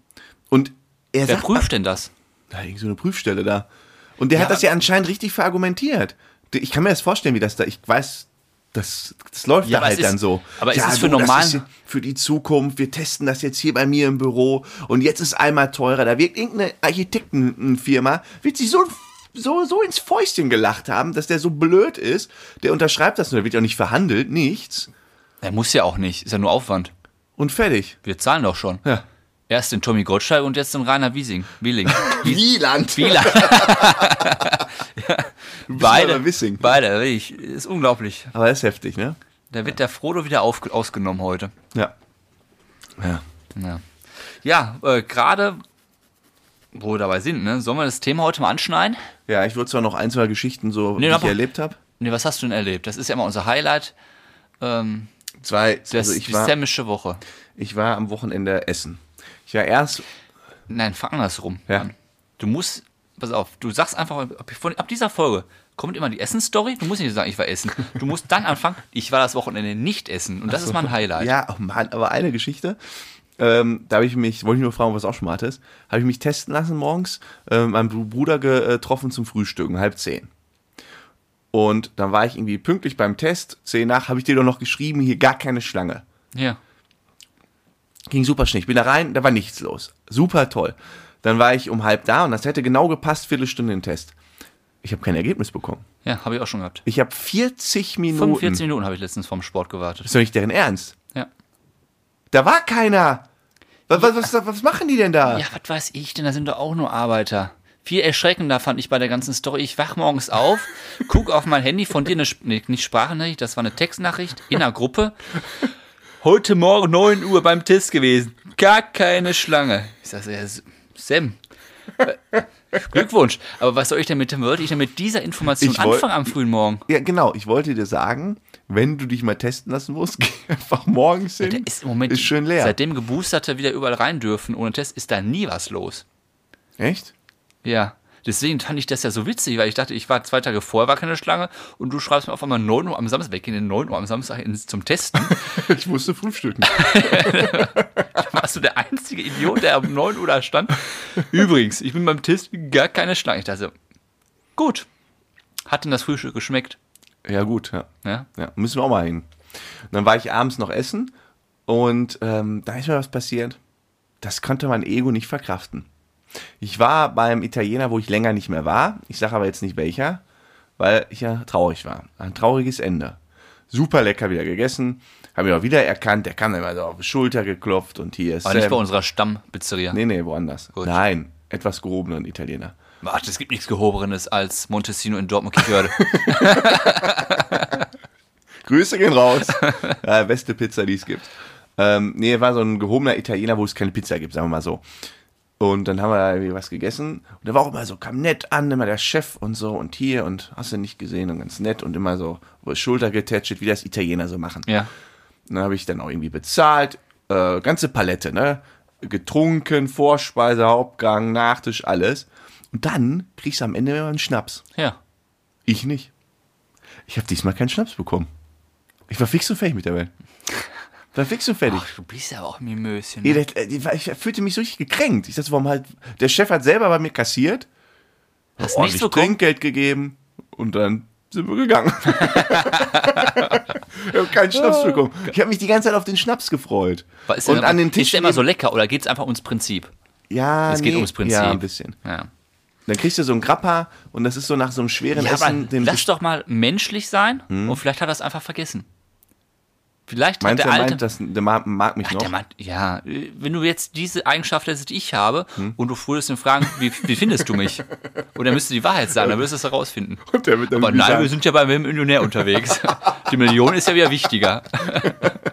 Speaker 1: Und er
Speaker 2: wer
Speaker 1: sagt,
Speaker 2: prüft denn das?
Speaker 1: da irgend so eine Prüfstelle da. Und der hat
Speaker 2: Ja.
Speaker 1: das ja anscheinend richtig verargumentiert. Ich kann mir das vorstellen, wie das da, ich weiß, das, das läuft da
Speaker 2: Ja, aber
Speaker 1: halt
Speaker 2: es ist-
Speaker 1: dann so.
Speaker 2: aber es ist für
Speaker 1: das
Speaker 2: normal-
Speaker 1: ja Für die Zukunft, wir testen das jetzt hier bei mir im Büro und jetzt ist einmal teurer. Da wirkt irgendeine Architektenfirma, wird sich so, so, so ins Fäustchen gelacht haben, dass der so blöd ist. Der unterschreibt das nur, der wird ja auch nicht verhandelt, nichts.
Speaker 2: Er muss ja auch nicht, ist ja nur Aufwand.
Speaker 1: Und fertig.
Speaker 2: Wir zahlen doch schon.
Speaker 1: Ja.
Speaker 2: Erst den Tommy Gottschalk und jetzt den Rainer Wiesing. Wieling. Wies-
Speaker 1: Wieland.
Speaker 2: Wieler.
Speaker 1: aber Wissing.
Speaker 2: Beide, wirklich. Ist unglaublich.
Speaker 1: Aber das ist heftig, ne?
Speaker 2: Da wird der Frodo wieder auf, ausgenommen heute.
Speaker 1: Ja. Ja.
Speaker 2: Ja, ja äh, gerade, wo wir dabei sind, ne? sollen wir das Thema heute mal anschneiden?
Speaker 1: Ja, ich würde zwar noch ein, zwei Geschichten so, die ich
Speaker 2: aber-
Speaker 1: erlebt habe.
Speaker 2: Ne, was hast du denn erlebt? Das ist ja immer unser Highlight. Ähm,
Speaker 1: Zwei,
Speaker 2: das,
Speaker 1: also ich
Speaker 2: die
Speaker 1: war,
Speaker 2: sämische Woche.
Speaker 1: ich war am Wochenende essen. Ich war erst,
Speaker 2: Nein, fang andersrum.
Speaker 1: Ja.
Speaker 2: an. Du musst, pass auf, du sagst einfach, ab, von, ab dieser Folge kommt immer die Essen-Story. Du musst nicht sagen, ich war essen. Du musst dann anfangen, ich war das Wochenende nicht essen. Und das ist mein Highlight.
Speaker 1: ja, oh Mann, aber eine Geschichte. Ähm, da habe ich mich, wollte ich nur fragen, was auch schon mal hattest, habe ich mich testen lassen morgens, äh, meinen Br- Bruder getroffen zum Frühstücken, halb zehn. Und dann war ich irgendwie pünktlich beim Test, zehn nach, habe ich dir doch noch geschrieben, hier gar keine Schlange.
Speaker 2: Ja.
Speaker 1: Ging super schnell. Ich bin da rein, da war nichts los. Super toll. Dann war ich um halb da und das hätte genau gepasst, Viertelstunde den Test. Ich habe kein Ergebnis bekommen.
Speaker 2: Ja, habe ich auch schon gehabt.
Speaker 1: Ich habe 40 Minuten.
Speaker 2: 45 Minuten habe ich letztens vom Sport gewartet.
Speaker 1: Ist doch nicht deren Ernst.
Speaker 2: Ja.
Speaker 1: Da war keiner. Was, was, was, was machen die denn da?
Speaker 2: Ja, was weiß ich denn? Da sind doch auch nur Arbeiter. Viel erschreckender fand ich bei der ganzen Story. Ich wach morgens auf, guck auf mein Handy von dir eine, Sp- nee, nicht Sprachnachricht, das war eine Textnachricht in einer Gruppe. Heute Morgen 9 Uhr beim Test gewesen. Gar keine Schlange. Ich sag so, ja, S- Sam. äh, Glückwunsch. Aber was soll ich denn mit dem wollte ich denn mit dieser Information
Speaker 1: Ich woll-
Speaker 2: anfangen am frühen Morgen?
Speaker 1: Ja, genau. Ich wollte dir sagen, wenn du dich mal testen lassen musst, geh einfach morgens hin.
Speaker 2: Der ist im Moment
Speaker 1: ist schön leer.
Speaker 2: Seitdem Geboosterte wieder überall rein dürfen ohne Test, ist da nie was los.
Speaker 1: Echt?
Speaker 2: Ja. Deswegen fand ich das ja so witzig, weil ich dachte, ich war zwei Tage vorher, war keine Schlange und du schreibst mir auf einmal 9 Uhr am Samstag, wir gehen in 9 Uhr am Samstag ins, zum Testen.
Speaker 1: Ich musste frühstücken.
Speaker 2: Warst du der einzige Idiot, der um 9 Uhr da stand? Übrigens, ich bin beim Test gar keine Schlange. Ich dachte, gut. Hat denn das Frühstück geschmeckt? ne?
Speaker 1: Ja, gut. Ja.
Speaker 2: Ja?
Speaker 1: Ja, müssen wir auch mal hin. Und dann war ich abends noch essen und ähm, da ist mir was passiert. Das konnte mein Ego nicht verkraften. Ich war beim Italiener, wo ich länger nicht mehr war. Ich sage aber jetzt nicht welcher, weil ich ja traurig war. Ein trauriges Ende. Super lecker wieder gegessen. Habe ihn auch wieder erkannt. Der kam dann immer so auf die Schulter geklopft und hier ist.
Speaker 2: Aber nicht bei
Speaker 1: Sam.
Speaker 2: unserer Stammpizzeria.
Speaker 1: Nee, nee, woanders. Nein, etwas gehobenen Italiener.
Speaker 2: Warte, es gibt nichts Gehobeneres als Montesino in Dortmund Kickörde.
Speaker 1: Grüße gehen raus. ja, beste Pizza, die es gibt. Ähm, nee, war so ein gehobener Italiener, wo es keine Pizza gibt, sagen wir mal so. Und dann haben wir da irgendwie was gegessen. Und der war auch immer so, kam nett an, immer der Chef und so und hier und hast du nicht gesehen und ganz nett und immer so über die Schulter getätschelt, wie das Italiener so machen.
Speaker 2: ja.
Speaker 1: Und dann habe ich dann auch irgendwie bezahlt, äh, ganze Palette, ne? Getrunken, Vorspeise, Hauptgang, Nachtisch, alles. Und dann kriegst du am Ende immer einen Schnaps.
Speaker 2: Ja.
Speaker 1: Ich nicht. Ich habe diesmal keinen Schnaps bekommen. Ich war fix und fertig mit der Welt. War fix und fertig.
Speaker 2: Ach, du bist ja auch Mimöschen.
Speaker 1: Nee,
Speaker 2: Ne?
Speaker 1: das, äh, die war- ich fühlte mich so richtig gekränkt. Ich dachte, warum halt. Der Chef hat selber bei mir kassiert,
Speaker 2: ne? Hast nichts
Speaker 1: ordentlich
Speaker 2: bekommen?
Speaker 1: Trinkgeld gegeben und dann sind wir gegangen. ich habe keinen Schnaps bekommen. Ich habe mich die ganze Zeit auf den Schnaps gefreut.
Speaker 2: Was Ist
Speaker 1: und
Speaker 2: denn,
Speaker 1: an den Tisch.
Speaker 2: Ist der immer so
Speaker 1: neben-
Speaker 2: lecker oder geht es einfach ums Prinzip?
Speaker 1: ja,
Speaker 2: Es geht
Speaker 1: nee,
Speaker 2: ums Prinzip.
Speaker 1: Ja, ein bisschen.
Speaker 2: Ja.
Speaker 1: Dann kriegst du so einen Grappa und das ist so nach so einem schweren
Speaker 2: Ja, aber
Speaker 1: Essen. Den
Speaker 2: lass doch mal menschlich sein und vielleicht hat er es einfach vergessen. Vielleicht
Speaker 1: meinst du, der
Speaker 2: hat der alte.
Speaker 1: meint, das, der mag, mag mich
Speaker 2: Ach,
Speaker 1: noch?
Speaker 2: der meint, ja, äh, wenn du jetzt diese Eigenschaft hättest, die ich habe,
Speaker 1: Hm?
Speaker 2: und du würdest ihn fragen, wie, wie findest du mich? Und dann müsste die Wahrheit sein, dann würdest du es herausfinden.
Speaker 1: Und der wird dann
Speaker 2: Aber nein,
Speaker 1: sagen-
Speaker 2: wir sind ja bei Wim Millionär unterwegs. Die Million ist ja wieder wichtiger.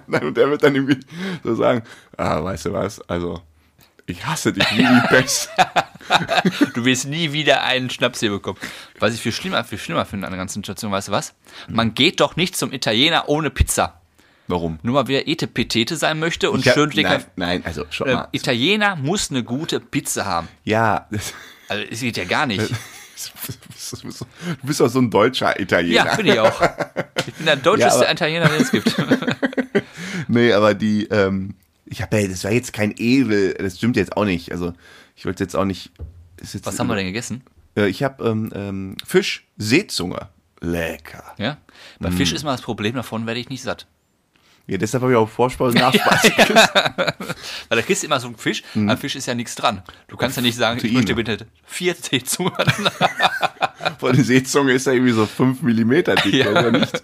Speaker 1: Nein, und der wird dann irgendwie so sagen, ah, weißt du was, also ich hasse dich wie die Pest.
Speaker 2: Du wirst nie wieder einen Schnaps hier bekommen. Was ich viel schlimmer, viel schlimmer finde an der ganzen Situation, weißt du was?
Speaker 1: Hm.
Speaker 2: Man geht doch nicht zum Italiener ohne Pizza.
Speaker 1: Warum?
Speaker 2: Nur mal wieder Ete Petete sein möchte und
Speaker 1: Ja,
Speaker 2: schön dicker.
Speaker 1: nein, nein, also schon
Speaker 2: Ähm,
Speaker 1: mal.
Speaker 2: Italiener muss eine gute Pizza haben.
Speaker 1: Ja, das,
Speaker 2: Also, es geht ja gar nicht.
Speaker 1: du bist doch- du bist doch so ein deutscher Italiener.
Speaker 2: Ja, bin ich auch. Ich bin der deutscheste
Speaker 1: aber-
Speaker 2: Italiener, den es gibt.
Speaker 1: Nee, aber die, ähm, ich habe ja, das war jetzt kein Ekel, das stimmt jetzt auch nicht. Also ich wollte jetzt auch nicht. Ist jetzt,
Speaker 2: Was haben wir denn gegessen?
Speaker 1: Äh, ich habe ähm, ähm, Fisch, Seezunge. Lecker.
Speaker 2: Ja? Bei Fisch ist mal das Problem, davon werde ich nicht satt.
Speaker 1: Ja, deshalb habe ich auch Vorspeise und Nachspeise.
Speaker 2: Weil da kriegst du immer so einen Fisch, am Fisch ist ja nichts dran. Du kannst ja nicht sagen, ich
Speaker 1: Proteine.
Speaker 2: möchte bitte vier Seezungen.
Speaker 1: Von der Seezunge ist ja irgendwie so 5 mm dick,
Speaker 2: Ja.
Speaker 1: oder nicht?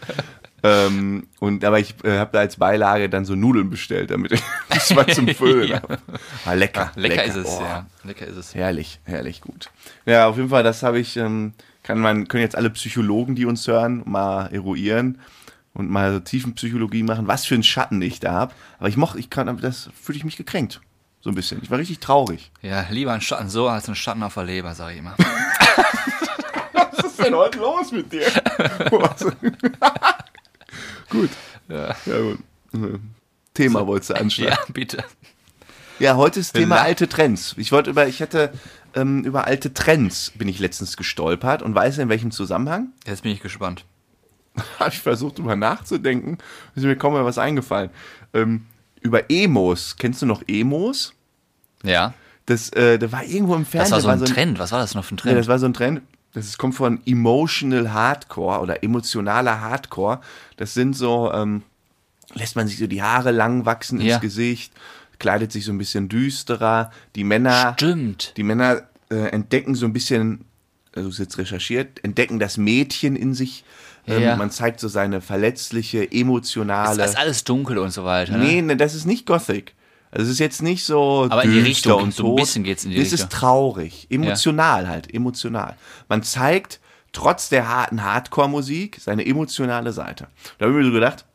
Speaker 1: Ähm, und, aber ich äh, habe da als Beilage dann so Nudeln bestellt, damit ich was zum Füllen
Speaker 2: Ja.
Speaker 1: habe. Ah, lecker,
Speaker 2: Lecker, ist es,
Speaker 1: Oh,
Speaker 2: ja. Lecker ist es.
Speaker 1: Herrlich, herrlich gut. Ja, auf jeden Fall, das habe ich, ähm, kann man, können jetzt alle Psychologen, die uns hören, mal eruieren und mal so Tiefenpsychologie machen, was für einen Schatten ich da habe. Aber ich mochte, ich kann, aber das fühle ich mich gekränkt. So ein bisschen. Ich war richtig traurig.
Speaker 2: Ja, lieber ein Schatten so als ein Schatten auf der Leber, sage ich immer.
Speaker 1: Was ist denn heute los mit dir? gut.
Speaker 2: Ja,
Speaker 1: Ja, gut. Thema wolltest du anschlagen.
Speaker 2: ja bitte.
Speaker 1: Ja. heute ist Thema
Speaker 2: La-
Speaker 1: alte Trends. Ich wollte über, ich hätte ähm, über alte Trends bin ich letztens gestolpert und weiß in welchem Zusammenhang.
Speaker 2: Jetzt bin ich gespannt.
Speaker 1: habe ich versucht, drüber nachzudenken. Ist mir kaum mal was eingefallen. Ähm, über Emos. Kennst du noch Emos?
Speaker 2: Ja,
Speaker 1: Das, äh, da war irgendwo im
Speaker 2: das
Speaker 1: Fernsehen.
Speaker 2: war so ein Trend. Was war das noch für ein
Speaker 1: Ja,
Speaker 2: Trend?
Speaker 1: das war so ein Trend. Das ist, kommt von Emotional Hardcore oder emotionaler Hardcore. Das sind so, ähm, lässt man sich so die Haare lang wachsen
Speaker 2: Ja.
Speaker 1: ins Gesicht, kleidet sich so ein bisschen düsterer. Die Männer
Speaker 2: Stimmt.
Speaker 1: die Männer äh, entdecken so ein bisschen, also ist jetzt recherchiert, entdecken das Mädchen in sich. Ähm,
Speaker 2: Ja.
Speaker 1: Man zeigt so seine verletzliche, emotionale.
Speaker 2: Das ist alles dunkel und so weiter. Ne?
Speaker 1: nee, nee, das ist nicht Gothic. Also es ist jetzt nicht so
Speaker 2: Aber in die
Speaker 1: düster
Speaker 2: Richtung,
Speaker 1: und
Speaker 2: so ein
Speaker 1: tot.
Speaker 2: bisschen geht's in die
Speaker 1: Nee, Es ist
Speaker 2: Richtung.
Speaker 1: traurig, emotional halt, emotional. Man zeigt trotz der harten Hardcore-Musik seine emotionale Seite. Da habe ich mir so gedacht,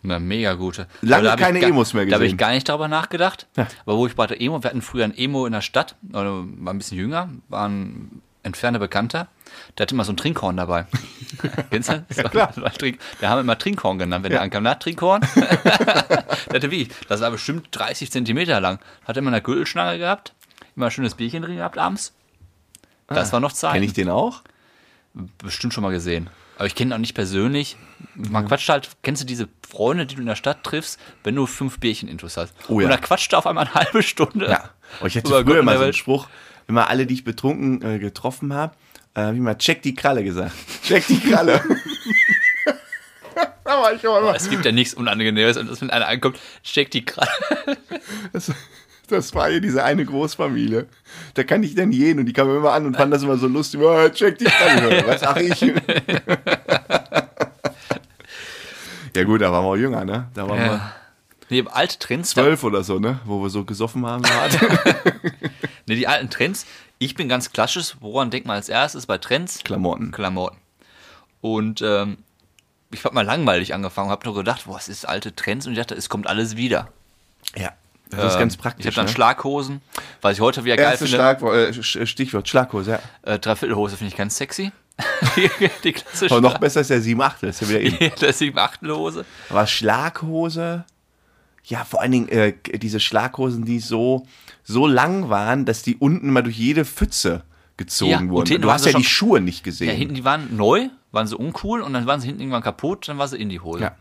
Speaker 2: Na, mega gute.
Speaker 1: Lange
Speaker 2: Aber da hab
Speaker 1: keine
Speaker 2: ich gar-
Speaker 1: Emos mehr
Speaker 2: Da habe ich
Speaker 1: gesehen.
Speaker 2: gar nicht darüber nachgedacht. Aber wo ich bei der Emo, wir hatten früher ein Emo in der Stadt, äh, war ein bisschen jünger, war ein entfernter Bekannter, der hatte immer so ein Trinkhorn dabei. Kennst du? Das war, das war Trink, der haben wir immer Trinkhorn genannt, wenn der ankam, na, Trinkhorn. der hatte wie, ich, das war bestimmt 30 Zentimeter lang. Hat immer eine Gürtelschlange gehabt, immer ein schönes Bierchen drin gehabt abends. Das war noch Zeit.
Speaker 1: kenne Ah, ich den auch?
Speaker 2: Bestimmt schon mal gesehen. Aber ich kenne ihn auch nicht persönlich. Man quatscht halt, kennst du diese Freunde, die du in der Stadt triffst, wenn du fünf Bierchen intus hast?
Speaker 1: Oh ja.
Speaker 2: Und da quatscht er auf einmal eine halbe Stunde.
Speaker 1: Ja. Oh, ich hatte
Speaker 2: Über Gott
Speaker 1: früher
Speaker 2: und
Speaker 1: mal
Speaker 2: der
Speaker 1: so einen
Speaker 2: Welt.
Speaker 1: Spruch, immer alle, die ich betrunken äh, getroffen habe, äh, habe ich mal check die Kralle gesagt. Check die Kralle. Hammer, ich hab
Speaker 2: Es gibt ja nichts Unangenehmes, und dass wenn einer ankommt, steckt die gerade.
Speaker 1: Das, das war ja diese eine Großfamilie. Da kann ich dann jeden und die kamen immer an und fanden das immer so lustig. Oh, check die Kralle. Was sag ich? ja gut, da waren wir auch jünger, ne? Da waren wir
Speaker 2: Nee, alte Trends. da-
Speaker 1: zwölf oder so, ne? Wo wir so gesoffen haben. hart.
Speaker 2: Nee, die alten Trends. Ich bin ganz klassisch, woran denkt man als erstes bei Trends?
Speaker 1: Klamotten.
Speaker 2: Klamotten. Und ähm, ich habe mal langweilig angefangen, habe nur gedacht, boah, es ist alte Trends und ich dachte, es kommt alles wieder.
Speaker 1: Ja, das ist ganz
Speaker 2: Ähm,
Speaker 1: praktisch.
Speaker 2: Ich habe dann
Speaker 1: ne?
Speaker 2: Schlaghosen, was ich heute wieder geil
Speaker 1: Erstes
Speaker 2: finde.
Speaker 1: Schlagwort, äh, Sch- Stichwort Schlaghose, ja.
Speaker 2: äh, Dreiviertelhose finde ich ganz sexy. die, die klassische.
Speaker 1: Aber noch besser ist der 7-8, das ist ja wieder in.
Speaker 2: das ist Achtelhose.
Speaker 1: Aber Schlaghose, ja, vor allen Dingen äh, diese Schlaghosen, die so, so lang waren, dass die unten mal durch jede Pfütze gezogen
Speaker 2: Ja, und
Speaker 1: wurden.
Speaker 2: hinten
Speaker 1: du
Speaker 2: waren
Speaker 1: hast
Speaker 2: sie
Speaker 1: ja die
Speaker 2: schon-
Speaker 1: Schuhe nicht
Speaker 2: Ja,
Speaker 1: gesehen.
Speaker 2: hinten, die waren neu, waren so uncool und dann waren sie hinten irgendwann kaputt, dann war sie in die Hose.
Speaker 1: Ja.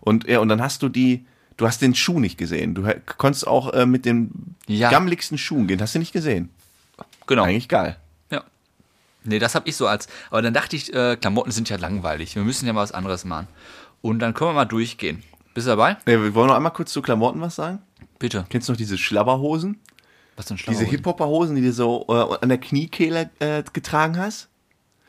Speaker 1: Und, ja, und dann hast du die, du hast den Schuh nicht gesehen. Du h- konntest auch äh, mit den
Speaker 2: Ja.
Speaker 1: gammeligsten Schuhen gehen, hast du nicht gesehen.
Speaker 2: Genau.
Speaker 1: Eigentlich geil.
Speaker 2: Ja. Nee, das habe ich so als. Aber dann dachte ich, äh, Klamotten sind ja langweilig. Wir müssen ja mal was anderes machen. Und dann können wir mal durchgehen. Bist du dabei?
Speaker 1: Äh, wir wollen noch einmal kurz zu Klamotten was sagen.
Speaker 2: Bitte.
Speaker 1: Kennst du noch diese Schlabberhosen?
Speaker 2: Was denn
Speaker 1: Diese Hip-Hopper-Hosen, die du so äh, an der Kniekehle äh, getragen hast?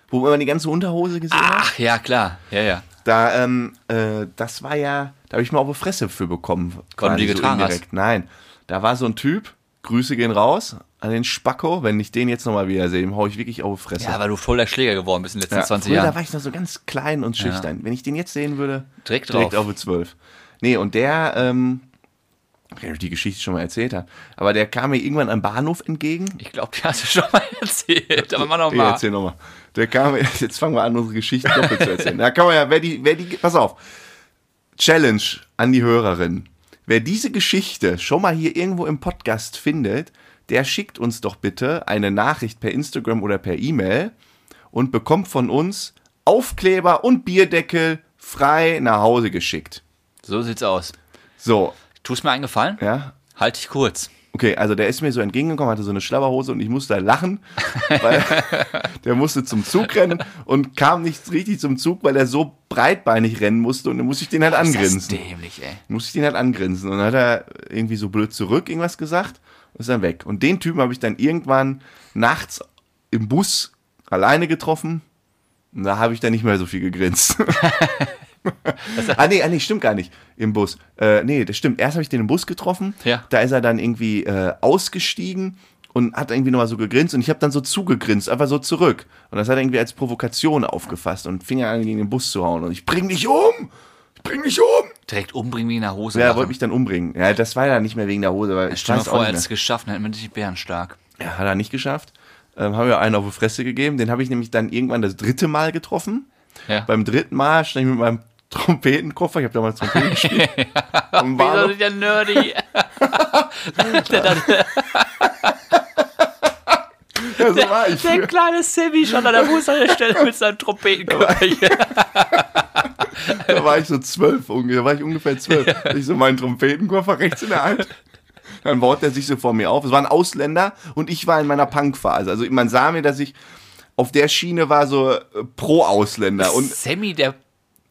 Speaker 1: Wo man die ganze Unterhose gesehen hat?
Speaker 2: Ach ja, klar. Ja, ja.
Speaker 1: Da, ähm, äh, das war ja, da habe ich mal auf die Fresse für bekommen.
Speaker 2: Weil du die
Speaker 1: quasi
Speaker 2: getragen hast.
Speaker 1: indirekt. Nein, da war so ein Typ, Grüße gehen raus an den Spacko. Wenn ich den jetzt nochmal wieder sehe, dem hau ich wirklich auf die Fresse.
Speaker 2: Ja, weil du voll der Schläger geworden bist in den letzten
Speaker 1: Ja,
Speaker 2: 20
Speaker 1: früher,
Speaker 2: Jahren.
Speaker 1: Da war ich noch so ganz klein und schüchtern. Wenn ich den jetzt sehen würde,
Speaker 2: Direkt drauf.
Speaker 1: auf die 12. Nee, und der, ähm, ich weiß nicht, ob ich die Geschichte schon mal erzählt hat, aber der kam mir irgendwann am Bahnhof entgegen
Speaker 2: Ich glaube, die hast du schon mal erzählt. Aber mach noch
Speaker 1: Hey,
Speaker 2: mal nochmal.
Speaker 1: erzähl nochmal. Der kam, jetzt fangen wir an, unsere Geschichten doppelt zu erzählen. Da kann man ja, wer die, wer die, pass auf. Challenge an die Hörerin. Wer diese Geschichte schon mal hier irgendwo im Podcast findet, der schickt uns doch bitte eine Nachricht per Instagram oder per E-Mail und bekommt von uns Aufkleber und Bierdeckel frei nach Hause geschickt.
Speaker 2: So sieht's aus.
Speaker 1: So,
Speaker 2: Tust mir einen Gefallen?
Speaker 1: ja,
Speaker 2: Halt dich kurz.
Speaker 1: Okay, also der ist mir so entgegengekommen, hatte so eine Schlabberhose und ich musste halt lachen, weil der musste zum Zug rennen und kam nicht richtig zum Zug, weil er so breitbeinig rennen musste und dann musste ich den halt
Speaker 2: Ist das
Speaker 1: angrinsen.
Speaker 2: dämlich, ey.
Speaker 1: Musste ich den halt angrinsen und dann hat er irgendwie so blöd zurück irgendwas gesagt und ist dann weg. Und den Typen habe ich dann irgendwann nachts im Bus alleine getroffen und da habe ich dann nicht mehr so viel gegrinst. ah nee, ah nee, stimmt gar nicht. Im Bus. Äh, nee, das stimmt. Erst habe ich den im Bus getroffen.
Speaker 2: Ja.
Speaker 1: Da ist er dann irgendwie äh, ausgestiegen und hat irgendwie nochmal so gegrinst und ich habe dann so zugegrinst, einfach so zurück. Und das hat er irgendwie als Provokation aufgefasst und fing an, gegen den Bus zu hauen. Und ich bring dich um! Ich bring dich um!
Speaker 2: Direkt umbringen wie in der Hose.
Speaker 1: Ja, er
Speaker 2: machen.
Speaker 1: wollte mich dann umbringen. Ja, das war ja nicht mehr wegen der Hose, weil ich
Speaker 2: Stell dir mal
Speaker 1: weiß
Speaker 2: vor,
Speaker 1: auch
Speaker 2: er hätte
Speaker 1: nicht
Speaker 2: es geschafft, dann hätte man dich bärenstark.
Speaker 1: mehr. Ja, hat er nicht geschafft. Ähm, haben wir einen auf die Fresse gegeben. Den habe ich nämlich dann irgendwann das dritte Mal getroffen.
Speaker 2: Ja.
Speaker 1: Beim dritten Mal stand ich mit meinem Trompetenkoffer, ich habe damals Trompeten gespielt, am
Speaker 2: Wieso
Speaker 1: Bahnhof
Speaker 2: sind ja nerdy?
Speaker 1: Ja, so war ich.
Speaker 2: Der kleine Sammy schon an der Bushaltestelle mit seinem Trompetenkörper.
Speaker 1: Da war ich so zwölf, unge- da war ich ungefähr zwölf. Ich so meinen Trompetenkoffer rechts in der Hand. Dann baut er sich so vor mir auf. Es waren Ausländer und ich war in meiner Punkphase. Also man sah mir, dass ich auf der Schiene war so äh, pro Ausländer und
Speaker 2: Sammy, der,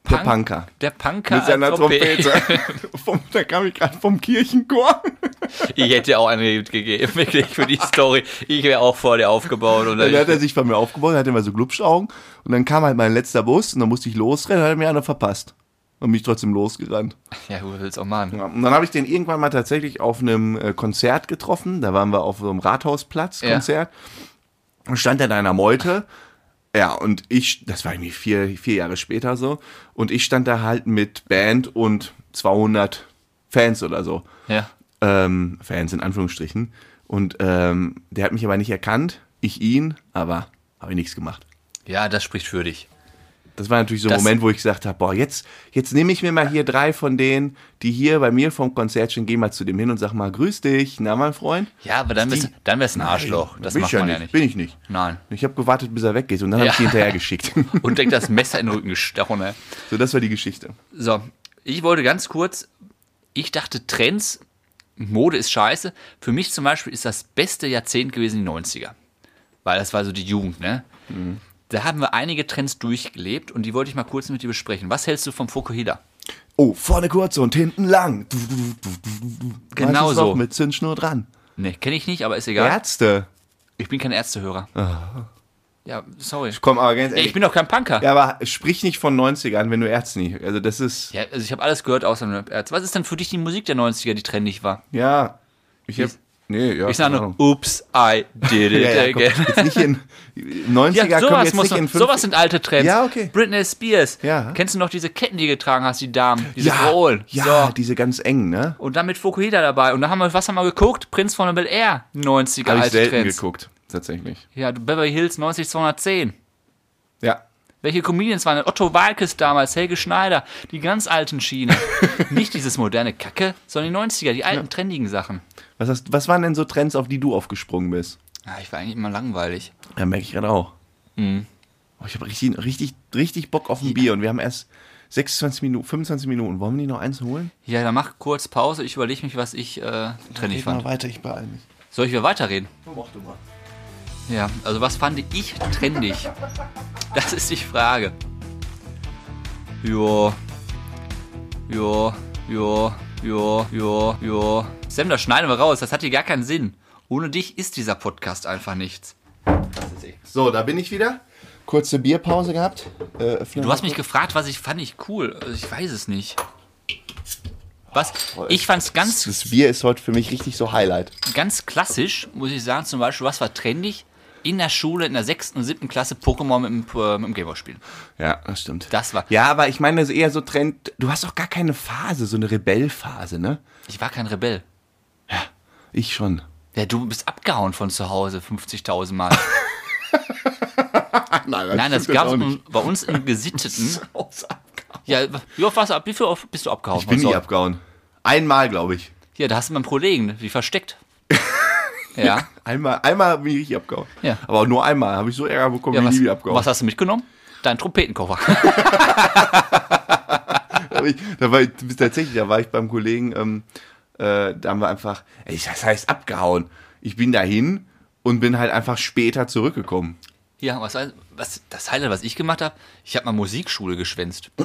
Speaker 1: der
Speaker 2: Punk-
Speaker 1: Punker.
Speaker 2: der Punker.
Speaker 1: Mit seiner
Speaker 2: als Trompete.
Speaker 1: Trompete. Vom, da kam ich gerade vom Kirchenchor.
Speaker 2: Ich hätte dir auch eine gegeben, wirklich, für die Story. Ich wäre auch vor dir aufgebaut. Und
Speaker 1: Dann hat er sich bei mir aufgebaut, hat immer so Glubschaugen. Und dann kam halt mein letzter Bus und dann musste ich losrennen, hat er mir einer verpasst. Und mich trotzdem losgerannt.
Speaker 2: ja, du willst auch machen.
Speaker 1: Ja, und dann habe ich den irgendwann mal tatsächlich auf einem äh, Konzert getroffen. Da waren wir auf so einem Rathausplatz
Speaker 2: Ja.
Speaker 1: Konzert. Und stand er da in einer Meute. Ja, und ich, das war irgendwie vier, vier Jahre später so. Und ich stand da halt mit Band und 200 Fans oder so.
Speaker 2: Ja.
Speaker 1: Ähm, Fans in Anführungsstrichen. Und ähm, der hat mich aber nicht erkannt. Ich ihn, aber habe ich nichts gemacht.
Speaker 2: ja, das spricht für dich.
Speaker 1: Das war natürlich so ein
Speaker 2: Das-
Speaker 1: Moment, wo ich gesagt habe, boah, jetzt, jetzt nehme ich mir mal hier drei von denen, die hier bei mir vom Konzert stehen, geh mal zu dem hin und sag mal, grüß dich, na mein Freund.
Speaker 2: Ja, aber dann wär's, dann wär's ein Arschloch. Das
Speaker 1: bin
Speaker 2: macht
Speaker 1: ich ja
Speaker 2: man
Speaker 1: nicht,
Speaker 2: ja nicht.
Speaker 1: Bin ich nicht.
Speaker 2: Nein.
Speaker 1: Ich habe gewartet, bis er weggeht und dann
Speaker 2: Ja.
Speaker 1: habe ich die hinterher geschickt.
Speaker 2: Und denkt das Messer in den Rücken ne? gestochen. ey.
Speaker 1: so, das war die Geschichte.
Speaker 2: So, ich wollte ganz kurz, ich dachte Trends, Mode ist scheiße. Für mich zum Beispiel ist das beste Jahrzehnt gewesen die 90er. Weil das war so die Jugend, ne?
Speaker 1: Mhm.
Speaker 2: Da haben wir einige Trends durchgelebt und die wollte ich mal kurz mit dir besprechen. Was hältst du vom Fukuhila?
Speaker 1: Oh, vorne kurz und hinten lang. Du, du, du, du, du.
Speaker 2: Genau
Speaker 1: Meinst du's
Speaker 2: so.
Speaker 1: noch? Mit Zündschnur dran.
Speaker 2: Nee, kenne Ne, ich nicht, aber ist egal.
Speaker 1: Ärzte.
Speaker 2: Ich bin kein Ärztehörer. Ja, sorry.
Speaker 1: Komm, aber ganz
Speaker 2: Ja,
Speaker 1: ehrlich.
Speaker 2: ich bin doch kein Punker.
Speaker 1: Ah. ja, aber sprich nicht von 90ern, wenn du Ärzte nicht. Also, das ist.
Speaker 2: Ja, also ich habe alles gehört außer dem Ärzte. Was ist denn für dich die Musik der 90er, die trendig war?
Speaker 1: Ja. Ich hab. Nee, ja.
Speaker 2: Ich sage
Speaker 1: keine
Speaker 2: nur,
Speaker 1: Ahnung.
Speaker 2: oops, I did it
Speaker 1: Ja, ja, komm,
Speaker 2: again.
Speaker 1: jetzt nicht in 90er
Speaker 2: Ja,
Speaker 1: kommen
Speaker 2: sowas,
Speaker 1: jetzt
Speaker 2: muss
Speaker 1: nicht
Speaker 2: man,
Speaker 1: in 50
Speaker 2: sowas sind alte Trends.
Speaker 1: Ja, okay.
Speaker 2: Britney Spears.
Speaker 1: Ja.
Speaker 2: Kennst du noch diese Ketten, die du getragen hast, die Damen? Diese
Speaker 1: Ja,
Speaker 2: Roll.
Speaker 1: ja
Speaker 2: So.
Speaker 1: diese ganz engen, ne?
Speaker 2: Und dann mit Fukuhida dabei. Und da haben wir, was haben wir geguckt? Prinz von Bel Air, 90er
Speaker 1: Habe ich
Speaker 2: alte
Speaker 1: selten
Speaker 2: Trends.
Speaker 1: geguckt, tatsächlich.
Speaker 2: Ja, du Beverly Hills 90210.
Speaker 1: Ja.
Speaker 2: Welche Comedians waren denn? Otto Walkes damals, Helge Schneider, die ganz alten Schiene. Nicht dieses moderne Kacke, sondern die 90er, die alten, trendigen Sachen.
Speaker 1: Was, hast, was waren denn so Trends, auf die du aufgesprungen bist?
Speaker 2: Ja, Ah, ich war eigentlich immer langweilig.
Speaker 1: Ja, merke ich gerade auch.
Speaker 2: Mhm.
Speaker 1: Oh, ich habe richtig, richtig, richtig Bock auf ein Bier und wir haben erst 26 Minuten, 25 Minuten. Wollen wir nicht noch eins holen?
Speaker 2: Ja, dann mach kurz Pause, ich überlege mich, was ich äh, trendig
Speaker 1: Red mal
Speaker 2: fand.
Speaker 1: weiter, ich beeile mich.
Speaker 2: Soll ich wieder weiterreden?
Speaker 1: Mach du mal.
Speaker 2: Ja, also was fand ich trendig? Das ist die Frage. Jo. Jo, jo, jo, jo, jo. Sam, das schneiden wir raus, das hat hier gar keinen Sinn. Ohne dich ist dieser Podcast einfach nichts.
Speaker 1: So, da bin ich wieder. Kurze Bierpause gehabt. Äh,
Speaker 2: Du hast mich gefragt, was ich fand ich cool. Also Ich weiß es nicht. Was?
Speaker 1: Oh,
Speaker 2: Ich fand's ganz,
Speaker 1: das Bier ist heute für mich richtig so Highlight.
Speaker 2: ganz klassisch, muss ich sagen. Zum Beispiel, was war trendig? In der Schule, in der sechsten und siebten Klasse Pokémon mit, dem, äh, mit dem Gameboy spielen.
Speaker 1: Ja, das stimmt.
Speaker 2: Das war-
Speaker 1: Ja, aber ich meine, das ist eher so Trend. Du hast auch gar keine Phase, so eine Rebellphase, ne?
Speaker 2: Ich war kein Rebell.
Speaker 1: Ich schon.
Speaker 2: Ja, du bist abgehauen von zu Hause 50.000 Mal.
Speaker 1: Nein,
Speaker 2: Nein, das gab's im- bei uns im Gesitteten. Ja, wie oft warst du ab? Wie viel oft bist du abgehauen?
Speaker 1: Ich bin
Speaker 2: von zu
Speaker 1: nie
Speaker 2: Hause?
Speaker 1: abgehauen. Einmal, glaube ich.
Speaker 2: Ja, da hast du meinen Kollegen, wie versteckt. Ja.
Speaker 1: Einmal, einmal bin ich richtig abgehauen.
Speaker 2: Ja.
Speaker 1: Aber auch nur einmal habe ich so Ärger bekommen,
Speaker 2: ja
Speaker 1: bin ich nie wieder
Speaker 2: was,
Speaker 1: abgehauen.
Speaker 2: was hast du mitgenommen? Dein Trompetenkoffer.
Speaker 1: Da, war ich, da war ich, tatsächlich, da war ich beim Kollegen, ähm, äh, da haben wir einfach, ey, das heißt abgehauen. Ich bin dahin und bin halt einfach später zurückgekommen.
Speaker 2: Ja, was, heißt- was das Highlight, was ich gemacht habe, ich habe mal Musikschule geschwänzt.
Speaker 1: Du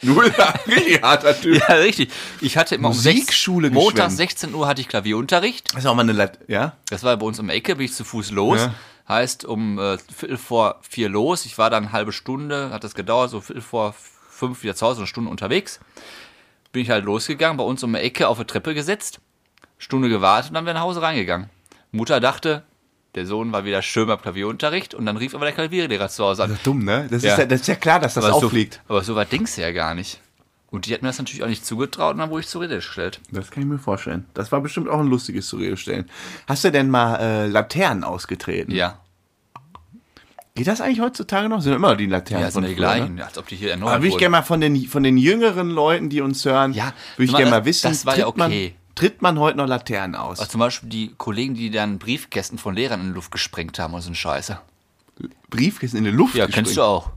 Speaker 1: bist ein richtig harter Typ.
Speaker 2: Ja, richtig. Ich hatte immer
Speaker 1: Musikschule
Speaker 2: um sechs, Montag
Speaker 1: geschwänzt.
Speaker 2: 16 Uhr hatte ich Klavierunterricht.
Speaker 1: Das ist auch mal eine Lat ja?
Speaker 2: Das war bei uns um die Ecke, bin ich zu Fuß los.
Speaker 1: Ja.
Speaker 2: Heißt um äh, Viertel vor vier los. Ich war dann eine halbe Stunde, hat das gedauert, so Viertel vor fünf wieder zu Hause, eine Stunde unterwegs. Bin ich halt losgegangen, bei uns um die Ecke auf eine Treppe gesetzt, Stunde gewartet und dann wieder nach Hause reingegangen. Mutter dachte, der Sohn war wieder schön beim Klavierunterricht und dann rief aber der Klavierlehrer zu Hause an.
Speaker 1: Dumm, ne? Das,
Speaker 2: Ja.
Speaker 1: Ist ja, das ist ja klar, dass das
Speaker 2: Aber so,
Speaker 1: auffliegt.
Speaker 2: aber so weit denkst du ja gar nicht. Und die hat mir das natürlich auch nicht zugetraut und dann wurde ich zur Rede gestellt.
Speaker 1: Das kann ich mir vorstellen. Das war bestimmt auch ein lustiges zur Rede stellen. Hast du denn mal äh, Laternen ausgetreten?
Speaker 2: Ja,
Speaker 1: Geht das eigentlich heutzutage noch? Sind immer die Laternen
Speaker 2: ja sind
Speaker 1: früher,
Speaker 2: die
Speaker 1: ne?
Speaker 2: gleichen, als ob die hier erneuert
Speaker 1: Aber würde ich
Speaker 2: wurden.
Speaker 1: gerne mal von den, von den jüngeren Leuten, die uns hören,
Speaker 2: Ja,
Speaker 1: würde ich
Speaker 2: sag mal,
Speaker 1: gerne mal
Speaker 2: das-
Speaker 1: wissen,
Speaker 2: das war ja okay.
Speaker 1: man, tritt man heute noch Laternen aus?
Speaker 2: Also zum Beispiel die Kollegen, die dann Briefkästen von Lehrern in die Luft gesprengt haben und so ein Scheiße.
Speaker 1: Briefkissen in der Luft
Speaker 2: Ja, kennst du auch.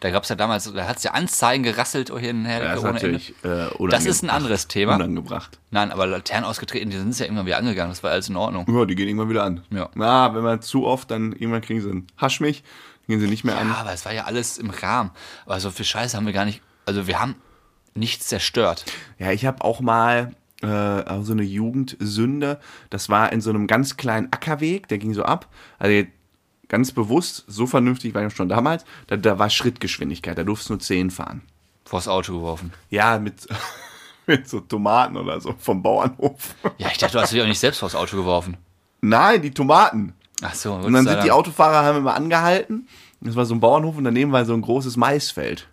Speaker 2: Da gab es ja damals, da hat es ja Anzeigen gerasselt oh, hier und her.
Speaker 1: Das ist
Speaker 2: ohne Ende.
Speaker 1: natürlich äh, unangebracht.
Speaker 2: Das ist ein anderes Thema.
Speaker 1: Unangebracht.
Speaker 2: Nein, aber Laternen ausgetreten, die sind es ja irgendwann wieder angegangen. Das war alles in Ordnung.
Speaker 1: Ja, die gehen irgendwann wieder an.
Speaker 2: Ja.
Speaker 1: Na, wenn man zu oft, dann irgendwann kriegen sie einen Hasch mich, dann gehen sie nicht mehr
Speaker 2: Ja,
Speaker 1: an.
Speaker 2: Ah, aber es war ja alles im Rahmen. Aber so viel Scheiße haben wir gar nicht, also wir haben nichts zerstört.
Speaker 1: Ja, ich habe auch mal äh, auch so eine Jugendsünde. Das war in so einem ganz kleinen Ackerweg, der ging so ab. Also ganz bewusst, so vernünftig war ich schon damals, da, da war Schrittgeschwindigkeit, da durfst du nur 10 fahren.
Speaker 2: Vors Auto geworfen.
Speaker 1: Ja, mit, mit so Tomaten oder so vom Bauernhof.
Speaker 2: Ja, ich dachte, du hast dich auch nicht selbst vors Auto geworfen.
Speaker 1: Nein, die Tomaten.
Speaker 2: Ach so.
Speaker 1: Und dann sind die Autofahrer haben immer angehalten. Das war so ein Bauernhof und daneben war so ein großes Maisfeld.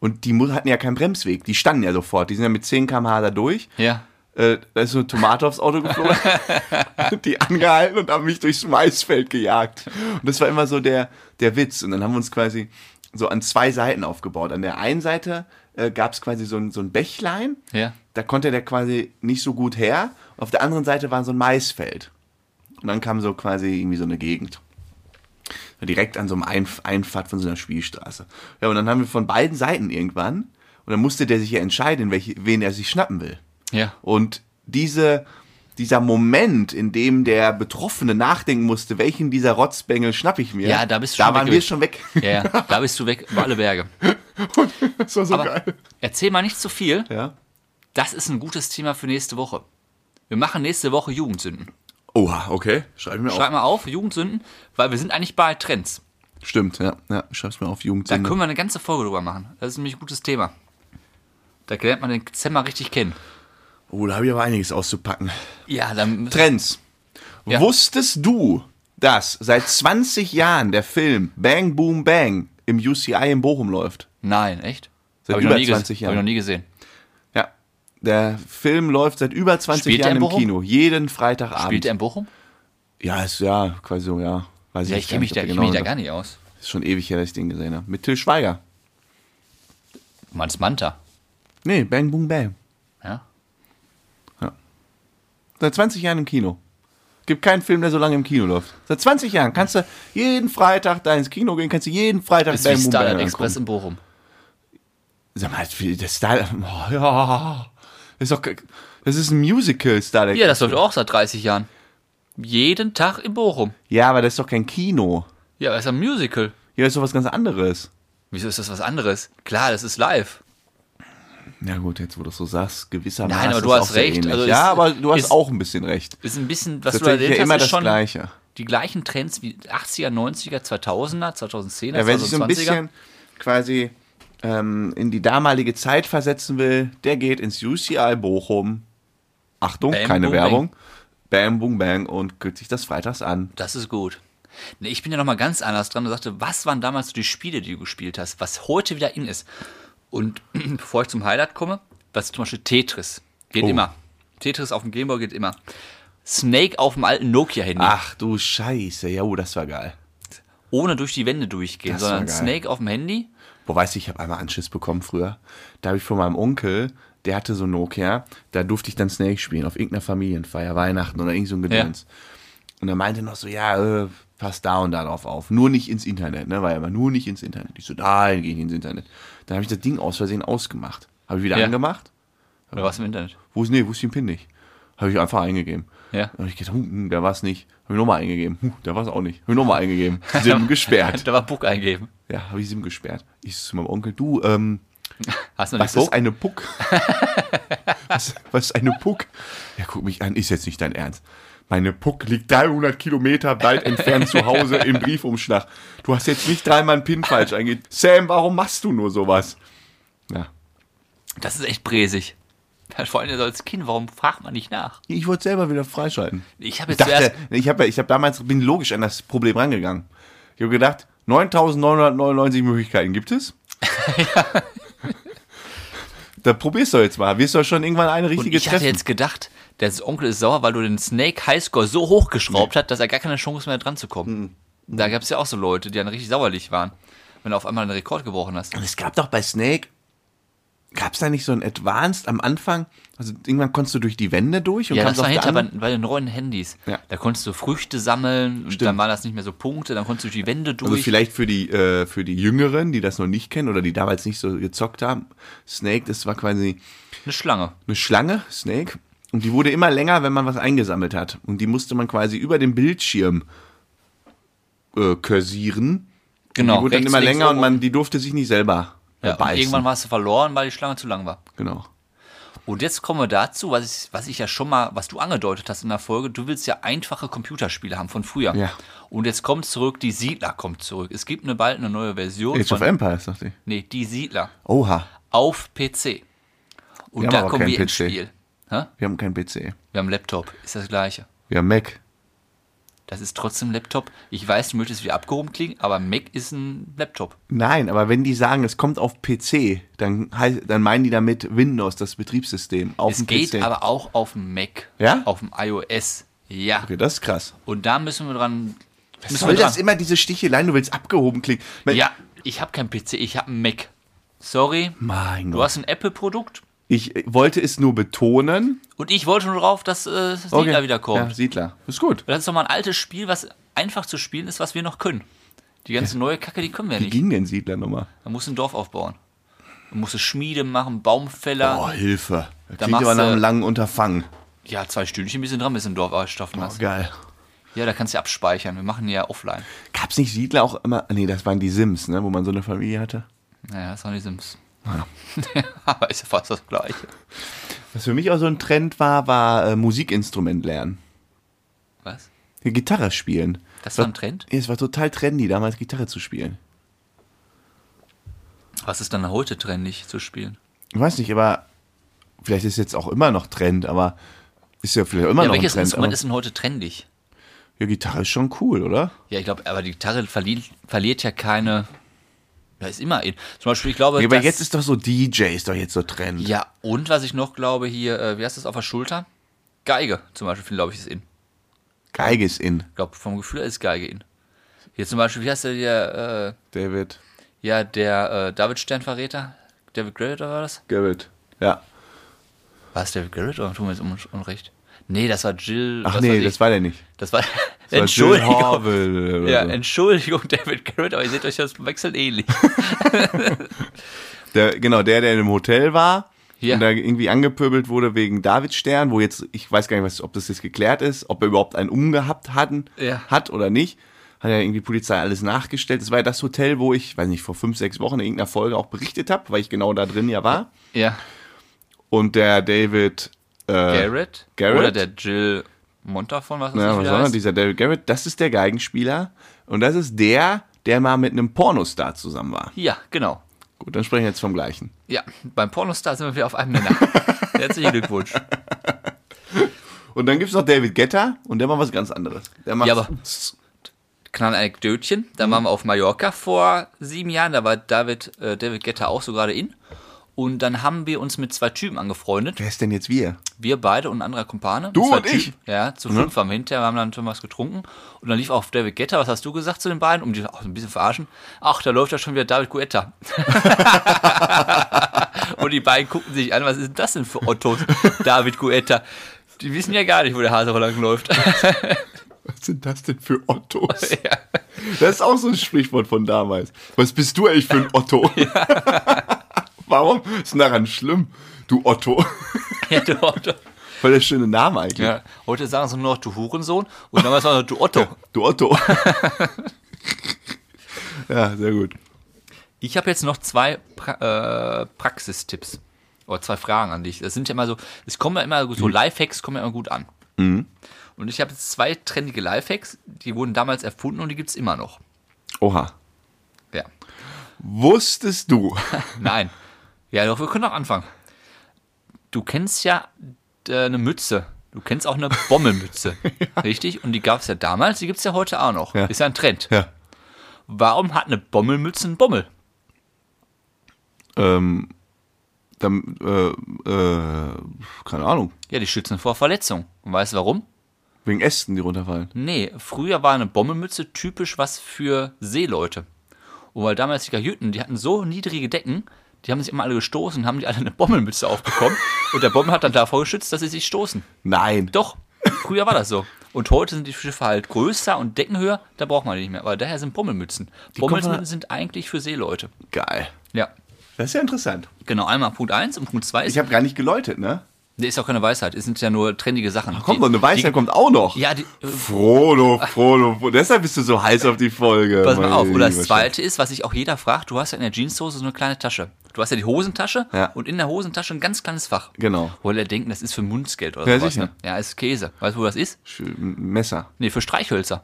Speaker 1: Und die mu- hatten ja keinen Bremsweg. Die standen ja sofort. Die sind ja mit 10 km/h da durch.
Speaker 2: Ja.
Speaker 1: Äh, da ist so eine Tomate aufs Auto geflogen. die angehalten und haben mich durchs Maisfeld gejagt. Und das war immer so der, der Witz. Und dann haben wir uns quasi so an zwei Seiten aufgebaut. An der einen Seite äh, gab es quasi so ein, so ein Bächlein.
Speaker 2: Ja.
Speaker 1: Da konnte der quasi nicht so gut her. Auf der anderen Seite war so ein Maisfeld. Und dann kam so quasi irgendwie so eine Gegend. Direkt an so einem Einf Einfahrt von so einer Spielstraße. Ja, und dann haben wir von beiden Seiten irgendwann. Und dann musste der sich ja entscheiden, welche, wen er sich schnappen will.
Speaker 2: Ja.
Speaker 1: Und diese, dieser Moment, in dem der Betroffene nachdenken musste, welchen dieser Rotzbengel schnapp ich mir.
Speaker 2: Ja, da bist du
Speaker 1: Da
Speaker 2: schon
Speaker 1: waren
Speaker 2: weg
Speaker 1: wir
Speaker 2: gewesen.
Speaker 1: schon weg.
Speaker 2: Ja, ja, da bist du weg über alle Berge.
Speaker 1: Das war so
Speaker 2: Aber erzähl mal nicht zu viel.
Speaker 1: Ja.
Speaker 2: Das ist ein gutes Thema für nächste Woche. Wir machen nächste Woche Jugendsünden.
Speaker 1: Oha, okay. Schreib mir
Speaker 2: Schreib mal auf, Jugendsünden, weil wir sind eigentlich bei Trends.
Speaker 1: auf. Stimmt, ja. ja. Schreib's mir auf
Speaker 2: Da
Speaker 1: Jugendsünde.
Speaker 2: können wir eine ganze Folge drüber machen. Das ist nämlich ein gutes Thema. Da lernt man den Zemmer richtig kennen.
Speaker 1: Oh, da habe ich aber einiges auszupacken.
Speaker 2: Ja, dann
Speaker 1: Trends.
Speaker 2: Ja.
Speaker 1: Wusstest du, dass seit 20 Jahren der Film Bang Boom Bang im UCI in Bochum läuft?
Speaker 2: Nein, echt?
Speaker 1: Seit
Speaker 2: Hab
Speaker 1: über
Speaker 2: ich noch nie
Speaker 1: 20
Speaker 2: gesehen. Hab ich noch nie gesehen.
Speaker 1: Ja. Der Film läuft seit über 20
Speaker 2: Spielt er
Speaker 1: Jahren
Speaker 2: in
Speaker 1: im
Speaker 2: Bochum?
Speaker 1: Kino. Jeden Freitagabend.
Speaker 2: Spielt er in Bochum?
Speaker 1: ja, ist ja quasi so, ja. Weiß
Speaker 2: Ja, ich
Speaker 1: gar
Speaker 2: kenne mich,
Speaker 1: ob
Speaker 2: da-
Speaker 1: der
Speaker 2: ich kenn mich da
Speaker 1: genau-
Speaker 2: gar nicht aus.
Speaker 1: Ist schon ewig her, dass ich den gesehen habe. Mit Till Schweiger.
Speaker 2: Du meinst Manta.
Speaker 1: Nee, Bang Boom Bang.
Speaker 2: Ja?
Speaker 1: Seit 20 Jahren im Kino. Gibt keinen Film, der so lange im Kino läuft. Seit 20 Jahren kannst du jeden Freitag da ins Kino gehen, kannst du jeden Freitag
Speaker 2: Ist wie Starlight
Speaker 1: angucken.
Speaker 2: Express in Bochum.
Speaker 1: Sag mal, wie- der Star. Oh, ja. Das ist doch. Das ist ein Musical, Starlight.
Speaker 2: Ja, das läuft auch seit 30 Jahren. Jeden Tag in Bochum.
Speaker 1: Ja, aber das ist doch kein Kino.
Speaker 2: Ja, aber ist ein Musical.
Speaker 1: Ja, das ist doch was ganz anderes.
Speaker 2: Wieso ist das was anderes? Klar, das ist live.
Speaker 1: Ja, gut, jetzt wo du das so sagst, gewissermaßen.
Speaker 2: Nein, aber du
Speaker 1: ist
Speaker 2: hast
Speaker 1: auch sehr
Speaker 2: recht.
Speaker 1: ähnlich.
Speaker 2: Also ist-
Speaker 1: ja, aber du hast
Speaker 2: ist-
Speaker 1: auch ein bisschen recht.
Speaker 2: Ist ein bisschen, was du da
Speaker 1: Tatsächlich
Speaker 2: erlebt
Speaker 1: ja
Speaker 2: hast,
Speaker 1: immer
Speaker 2: ist
Speaker 1: das
Speaker 2: schon
Speaker 1: Gleiche.
Speaker 2: die gleichen Trends wie 80er, 90er, 2000er, 2010er,
Speaker 1: Ja, wer sich so ein
Speaker 2: 2020er.
Speaker 1: bisschen quasi ähm, in die damalige Zeit versetzen will, der geht ins UCI Bochum. Achtung,
Speaker 2: Bam,
Speaker 1: keine
Speaker 2: boom,
Speaker 1: Werbung. Bam, boom, bang und guckt sich das freitags an.
Speaker 2: Das ist gut. Nee, ich bin ja nochmal ganz anders dran und sagte, was waren damals so die Spiele, die du gespielt hast, was heute wieder in ist? Und bevor ich zum Highlight komme, was zum Beispiel Tetris. Geht
Speaker 1: Oh.
Speaker 2: immer. Tetris auf dem Gameboy geht immer. Snake auf dem alten Nokia-Handy.
Speaker 1: Ach du Scheiße, ja, oh, das war geil.
Speaker 2: Ohne durch die Wände durchgehen,
Speaker 1: Das war
Speaker 2: sondern
Speaker 1: geil.
Speaker 2: Snake auf dem Handy.
Speaker 1: Wo weißt du, ich habe einmal Anschiss bekommen früher. Da habe ich von meinem Onkel, der hatte so ein Nokia, da durfte ich dann Snake spielen auf irgendeiner Familienfeier, Weihnachten oder irgend so ein Gedöns. Und er meinte noch so, ja, äh, pass da und darauf auf. Nur nicht ins Internet, ne? War ja immer nur nicht ins Internet. Ich so, nein, geh nicht ins Internet. Dann habe ich das Ding aus Versehen ausgemacht. Habe ich wieder
Speaker 2: Ja.
Speaker 1: angemacht?
Speaker 2: Oder was im Internet?
Speaker 1: Wo ist, nee, wo ist den PIN nicht? Habe ich einfach eingegeben.
Speaker 2: Ja.
Speaker 1: Dann habe ich gedacht, hm, hm, da war es nicht. Habe ich nochmal eingegeben. Hm, da war es auch nicht. Habe ich nochmal eingegeben. SIM gesperrt.
Speaker 2: Da war Book eingeben.
Speaker 1: Ja, habe ich SIM gesperrt. Ich so zu meinem Onkel, du, ähm,
Speaker 2: Hast du noch
Speaker 1: was
Speaker 2: nicht Book?
Speaker 1: ist eine Puck? was, was ist eine Puck? Er guckt mich an, ist jetzt nicht dein Ernst. Meine Puck liegt 300 Kilometer weit entfernt zu Hause im Briefumschlag. Du hast jetzt nicht dreimal einen Pin falsch eingegeben. Sam, warum machst du nur sowas? Ja.
Speaker 2: Das ist echt bräsig. Vor allem so als Kind, warum fragt man nicht nach?
Speaker 1: Ich wollte selber wieder freischalten.
Speaker 2: Ich habe
Speaker 1: Ich
Speaker 2: jetzt
Speaker 1: dachte,
Speaker 2: zuerst.
Speaker 1: ich habe ich hab damals bin logisch an das Problem rangegangen. Ich habe gedacht, 9999 Möglichkeiten gibt es. Da probierst du jetzt mal. Wirst du schon irgendwann eine
Speaker 2: Und
Speaker 1: richtige
Speaker 2: ich hatte
Speaker 1: treffen.
Speaker 2: jetzt gedacht, der Onkel ist sauer, weil du den Snake Highscore so hochgeschraubt hast, dass er gar keine Chance mehr hat, dran zu kommen. Da gab es ja auch so Leute, die dann richtig sauerlich waren, wenn du auf einmal einen Rekord gebrochen hast.
Speaker 1: Und es gab doch bei Snake, gab es da nicht so ein Advanced am Anfang? Also irgendwann konntest du durch die Wände durch und
Speaker 2: Ja, das
Speaker 1: kamst
Speaker 2: war
Speaker 1: auf der
Speaker 2: hinter bei,
Speaker 1: anderen.
Speaker 2: bei den neuen Handys.
Speaker 1: Ja.
Speaker 2: Da konntest du Früchte sammeln und dann waren das nicht mehr so Punkte, dann konntest du durch die Wände durch.
Speaker 1: Also vielleicht für die, äh, für die Jüngeren, die das noch nicht kennen oder die damals nicht so gezockt haben. Snake, das war quasi
Speaker 2: Eine Schlange.
Speaker 1: eine Schlange, Snake, und die wurde immer länger, wenn man was eingesammelt hat. Und die musste man quasi über den Bildschirm äh, kursieren.
Speaker 2: Genau.
Speaker 1: die wurde dann
Speaker 2: rechts,
Speaker 1: immer
Speaker 2: links,
Speaker 1: länger
Speaker 2: oben,
Speaker 1: und man, die durfte sich nicht selber ja,
Speaker 2: ja, und
Speaker 1: beißen.
Speaker 2: irgendwann warst du verloren, weil die Schlange zu lang war.
Speaker 1: genau.
Speaker 2: Und jetzt kommen wir dazu, was ich, was ich ja schon mal, was du angedeutet hast in der Folge, du willst ja einfache Computerspiele haben von früher.
Speaker 1: Ja.
Speaker 2: Und jetzt kommt zurück, die Siedler kommt zurück. Es gibt eine, bald eine neue Version
Speaker 1: Age of
Speaker 2: von,
Speaker 1: Empires, dachte ich.
Speaker 2: nee, die Siedler
Speaker 1: Oha,
Speaker 2: auf PC. Und
Speaker 1: Wir haben
Speaker 2: da
Speaker 1: aber
Speaker 2: kommen
Speaker 1: keinen
Speaker 2: wir ins
Speaker 1: PC.
Speaker 2: Spiel. Hä?
Speaker 1: wir haben keinen PC.
Speaker 2: Wir haben Laptop, ist das gleiche.
Speaker 1: Wir haben Mac.
Speaker 2: Das ist trotzdem Laptop. Ich weiß, du möchtest wieder abgehoben klingen, aber Mac ist ein Laptop.
Speaker 1: Nein, aber wenn die sagen, es kommt auf PC, dann, heißt, dann meinen die damit Windows, das Betriebssystem, auf
Speaker 2: Es
Speaker 1: dem
Speaker 2: geht
Speaker 1: PC.
Speaker 2: aber auch auf dem Mac.
Speaker 1: Ja?
Speaker 2: Auf dem iOS. Ja.
Speaker 1: okay, das ist krass.
Speaker 2: Und da müssen wir dran. müssen
Speaker 1: Soll
Speaker 2: wir
Speaker 1: das immer diese Sticheleien, du willst abgehoben klingen? Man-
Speaker 2: Ja, ich habe keinen PC, ich habe einen Mac. Sorry,
Speaker 1: Mein
Speaker 2: du
Speaker 1: Gott.
Speaker 2: hast ein Apple-Produkt
Speaker 1: Ich äh, wollte es nur betonen.
Speaker 2: und ich wollte nur drauf, dass äh, das Siedler
Speaker 1: Okay.
Speaker 2: wiederkommt.
Speaker 1: Ja, Siedler. Ist gut.
Speaker 2: Das ist doch mal ein altes Spiel, was einfach zu spielen ist, was wir noch können. Die ganze neue Kacke, die können wir
Speaker 1: Wie
Speaker 2: nicht.
Speaker 1: ging denn Siedler nochmal?
Speaker 2: Man muss ein Dorf aufbauen. Man muss eine Schmiede machen, Baumfäller.
Speaker 1: Oh, Hilfe. Das
Speaker 2: Da
Speaker 1: klingt
Speaker 2: machst
Speaker 1: aber nach
Speaker 2: du-
Speaker 1: einem langen Unterfangen. Oh,
Speaker 2: Ja, zwei Stündchen, bis in dran bist in Dorf, aber schaffen das.
Speaker 1: Geil.
Speaker 2: Ja, da kannst du ja abspeichern. Wir machen die ja offline.
Speaker 1: Gab's nicht Siedler auch immer? Nee, das waren die Sims, ne, wo man so eine Familie hatte.
Speaker 2: Naja, das waren die Sims. aber ist ja fast das Gleiche.
Speaker 1: Was für mich auch so ein Trend war, war äh, Musikinstrument lernen.
Speaker 2: Was?
Speaker 1: Gitarre spielen.
Speaker 2: Das war ein Trend?
Speaker 1: Ja, Es war total trendy, damals Gitarre zu spielen.
Speaker 2: Was ist dann heute trendig zu spielen?
Speaker 1: Ich weiß nicht, aber vielleicht ist jetzt auch immer noch Trend, aber ist ja vielleicht immer
Speaker 2: Ja,
Speaker 1: noch ein
Speaker 2: welches
Speaker 1: Trend.
Speaker 2: Instrument
Speaker 1: Aber,
Speaker 2: ist denn heute trendig?
Speaker 1: ja, Gitarre ist schon cool, oder?
Speaker 2: Ja, ich glaube, aber die Gitarre verliert, verliert ja keine. Da ist immer. in- Zum Beispiel, ich glaube.
Speaker 1: Ja, aber
Speaker 2: dass-
Speaker 1: jetzt ist doch so DJ ist doch jetzt so Trend.
Speaker 2: ja, und was ich noch glaube, hier, äh, wie heißt das auf der Schulter? Geige zum Beispiel, glaube ich, ist in.
Speaker 1: Geige ist in.
Speaker 2: Ich glaube, vom Gefühl her ist Geige in. Hier zum Beispiel, wie heißt der, der äh,
Speaker 1: David.
Speaker 2: ja, der äh, David Sternverräter? David Garrett oder war das?
Speaker 1: Garrett. Ja.
Speaker 2: War es David Garrett oder tun wir jetzt un unrecht? Nee, das war Jill.
Speaker 1: Ach
Speaker 2: was weiß
Speaker 1: nee,
Speaker 2: ich.
Speaker 1: das war der nicht.
Speaker 2: das war.
Speaker 1: Das war Jill
Speaker 2: Entschuldigung.
Speaker 1: Horville oder
Speaker 2: Ja,
Speaker 1: so.
Speaker 2: Entschuldigung, David Garrett, aber ihr seht euch das wechseln ähnlich.
Speaker 1: Der, genau, der, der in einem Hotel war
Speaker 2: Ja.
Speaker 1: und da irgendwie angepöbelt wurde wegen Davidstern, wo jetzt, ich weiß gar nicht, was, ob das jetzt geklärt ist, ob er überhaupt einen umgehabt hatten,
Speaker 2: Ja.
Speaker 1: hat oder nicht. Hat ja irgendwie die Polizei alles nachgestellt. Das war ja das Hotel, wo ich, weiß nicht, vor fünf, sechs Wochen in irgendeiner Folge auch berichtet habe, weil ich genau da drin ja war.
Speaker 2: Ja.
Speaker 1: Und der David äh,
Speaker 2: Garrett,
Speaker 1: Garrett?
Speaker 2: oder der Jill Montafon, was das
Speaker 1: Ja,
Speaker 2: ja,
Speaker 1: was
Speaker 2: wieder
Speaker 1: war das?
Speaker 2: heißt.
Speaker 1: dieser David Garrett, das ist der Geigenspieler und das ist der, der mal mit einem Pornostar zusammen war.
Speaker 2: Ja, genau.
Speaker 1: Gut, dann sprechen wir jetzt vom gleichen.
Speaker 2: Ja, beim Pornostar sind wir wieder auf einem Nenner. Herzlichen Glückwunsch.
Speaker 1: Und dann gibt's noch David Guetta und der macht was ganz anderes. Der macht
Speaker 2: Ja, aber- Knall Anekdötchen. Da waren wir auf Mallorca vor sieben Jahren. Da war David, äh, David Guetta auch so gerade in. Und dann haben wir uns mit zwei Typen angefreundet.
Speaker 1: Wer ist denn jetzt wir?
Speaker 2: Wir beide und ein anderer Kumpane.
Speaker 1: Du
Speaker 2: Zwei
Speaker 1: und ich? Mhm.
Speaker 2: Ja, zu fünf waren wir hinterher. Wir haben dann schon was getrunken. Und dann lief auf David Guetta. Was hast du gesagt zu den beiden? Um die auch so ein bisschen verarschen. Ach, da läuft ja schon wieder David Guetta. und die beiden guckten sich an. Was ist denn das denn für Ottos? David Guetta. Die wissen ja gar nicht, wo der Hase lang läuft.
Speaker 1: Was sind das denn für Ottos? Das ist auch so ein Sprichwort von damals. Was bist du eigentlich für ein Otto? Warum? Ist denn daran schlimm? Du Otto.
Speaker 2: ja, der Otto.
Speaker 1: Voll der schöne Name eigentlich.
Speaker 2: Ja, heute sagen sie nur noch du Hurensohn und damals war noch du Otto.
Speaker 1: Du Otto. ja, sehr gut.
Speaker 2: Ich habe jetzt noch zwei pra äh, Praxistipps oder zwei Fragen an dich. Das sind ja immer so, es kommen ja immer
Speaker 1: Mhm.
Speaker 2: so Lifehacks kommen ja immer gut an. Und ich habe jetzt zwei trendige Lifehacks, die wurden damals erfunden und die gibt es immer noch.
Speaker 1: Oha.
Speaker 2: Ja.
Speaker 1: Wusstest du?
Speaker 2: Nein. Ja, doch, wir können noch anfangen. Du kennst ja äh, eine Mütze. Du kennst auch eine Bommelmütze. Richtig? Und die gab es ja damals, die gibt es ja heute auch noch.
Speaker 1: Ja.
Speaker 2: Ist ja ein Trend.
Speaker 1: Ja.
Speaker 2: Warum hat eine Bommelmütze einen Bommel?
Speaker 1: Ähm, dann, äh, äh, keine Ahnung.
Speaker 2: Ja, die schützen vor Verletzung. Und weißt du warum?
Speaker 1: Wegen Ästen, die runterfallen.
Speaker 2: Nee, früher war eine Bommelmütze typisch was für Seeleute. Und weil damals die Kajüten, die hatten so niedrige Decken, die haben sich immer alle gestoßen, haben die alle eine Bommelmütze aufbekommen. und der Bommel hat dann davor geschützt, dass sie sich stoßen.
Speaker 1: Nein.
Speaker 2: Doch, früher war das so. Und heute sind die Schiffe halt größer und deckenhöher, da braucht man die nicht mehr. Aber daher sind Bommelmützen.
Speaker 1: kommt
Speaker 2: Bommelmützen
Speaker 1: von-
Speaker 2: sind eigentlich für Seeleute.
Speaker 1: Geil.
Speaker 2: Ja,
Speaker 1: Das ist ja interessant.
Speaker 2: genau. Einmal Punkt 1 und Punkt 2
Speaker 1: Ich
Speaker 2: ist,
Speaker 1: habe gar nicht geläutet, ne?
Speaker 2: nee, ist auch keine Weisheit. Es sind ja nur trendige Sachen.
Speaker 1: Kommt
Speaker 2: Die-
Speaker 1: noch, eine Weisheit
Speaker 2: die-
Speaker 1: kommt auch noch.
Speaker 2: Ja, die,
Speaker 1: Frodo, Frodo, Frodo. Deshalb bist du so heiß auf die Folge.
Speaker 2: Pass mal
Speaker 1: meine
Speaker 2: auf. Und das
Speaker 1: liebe
Speaker 2: zweite ist, was sich auch jeder fragt, du hast ja in der Jeanshose so eine kleine Tasche. Du hast ja die Hosentasche
Speaker 1: Ja.
Speaker 2: und in der Hosentasche ein ganz kleines Fach.
Speaker 1: Genau.
Speaker 2: Wo alle denken, das ist für Münzgeld oder
Speaker 1: Ja,
Speaker 2: sowas.
Speaker 1: sicher.
Speaker 2: Ne? Ja, ist Käse. Weißt du, wo das ist?
Speaker 1: Sch- Messer.
Speaker 2: Nee, für Streichhölzer.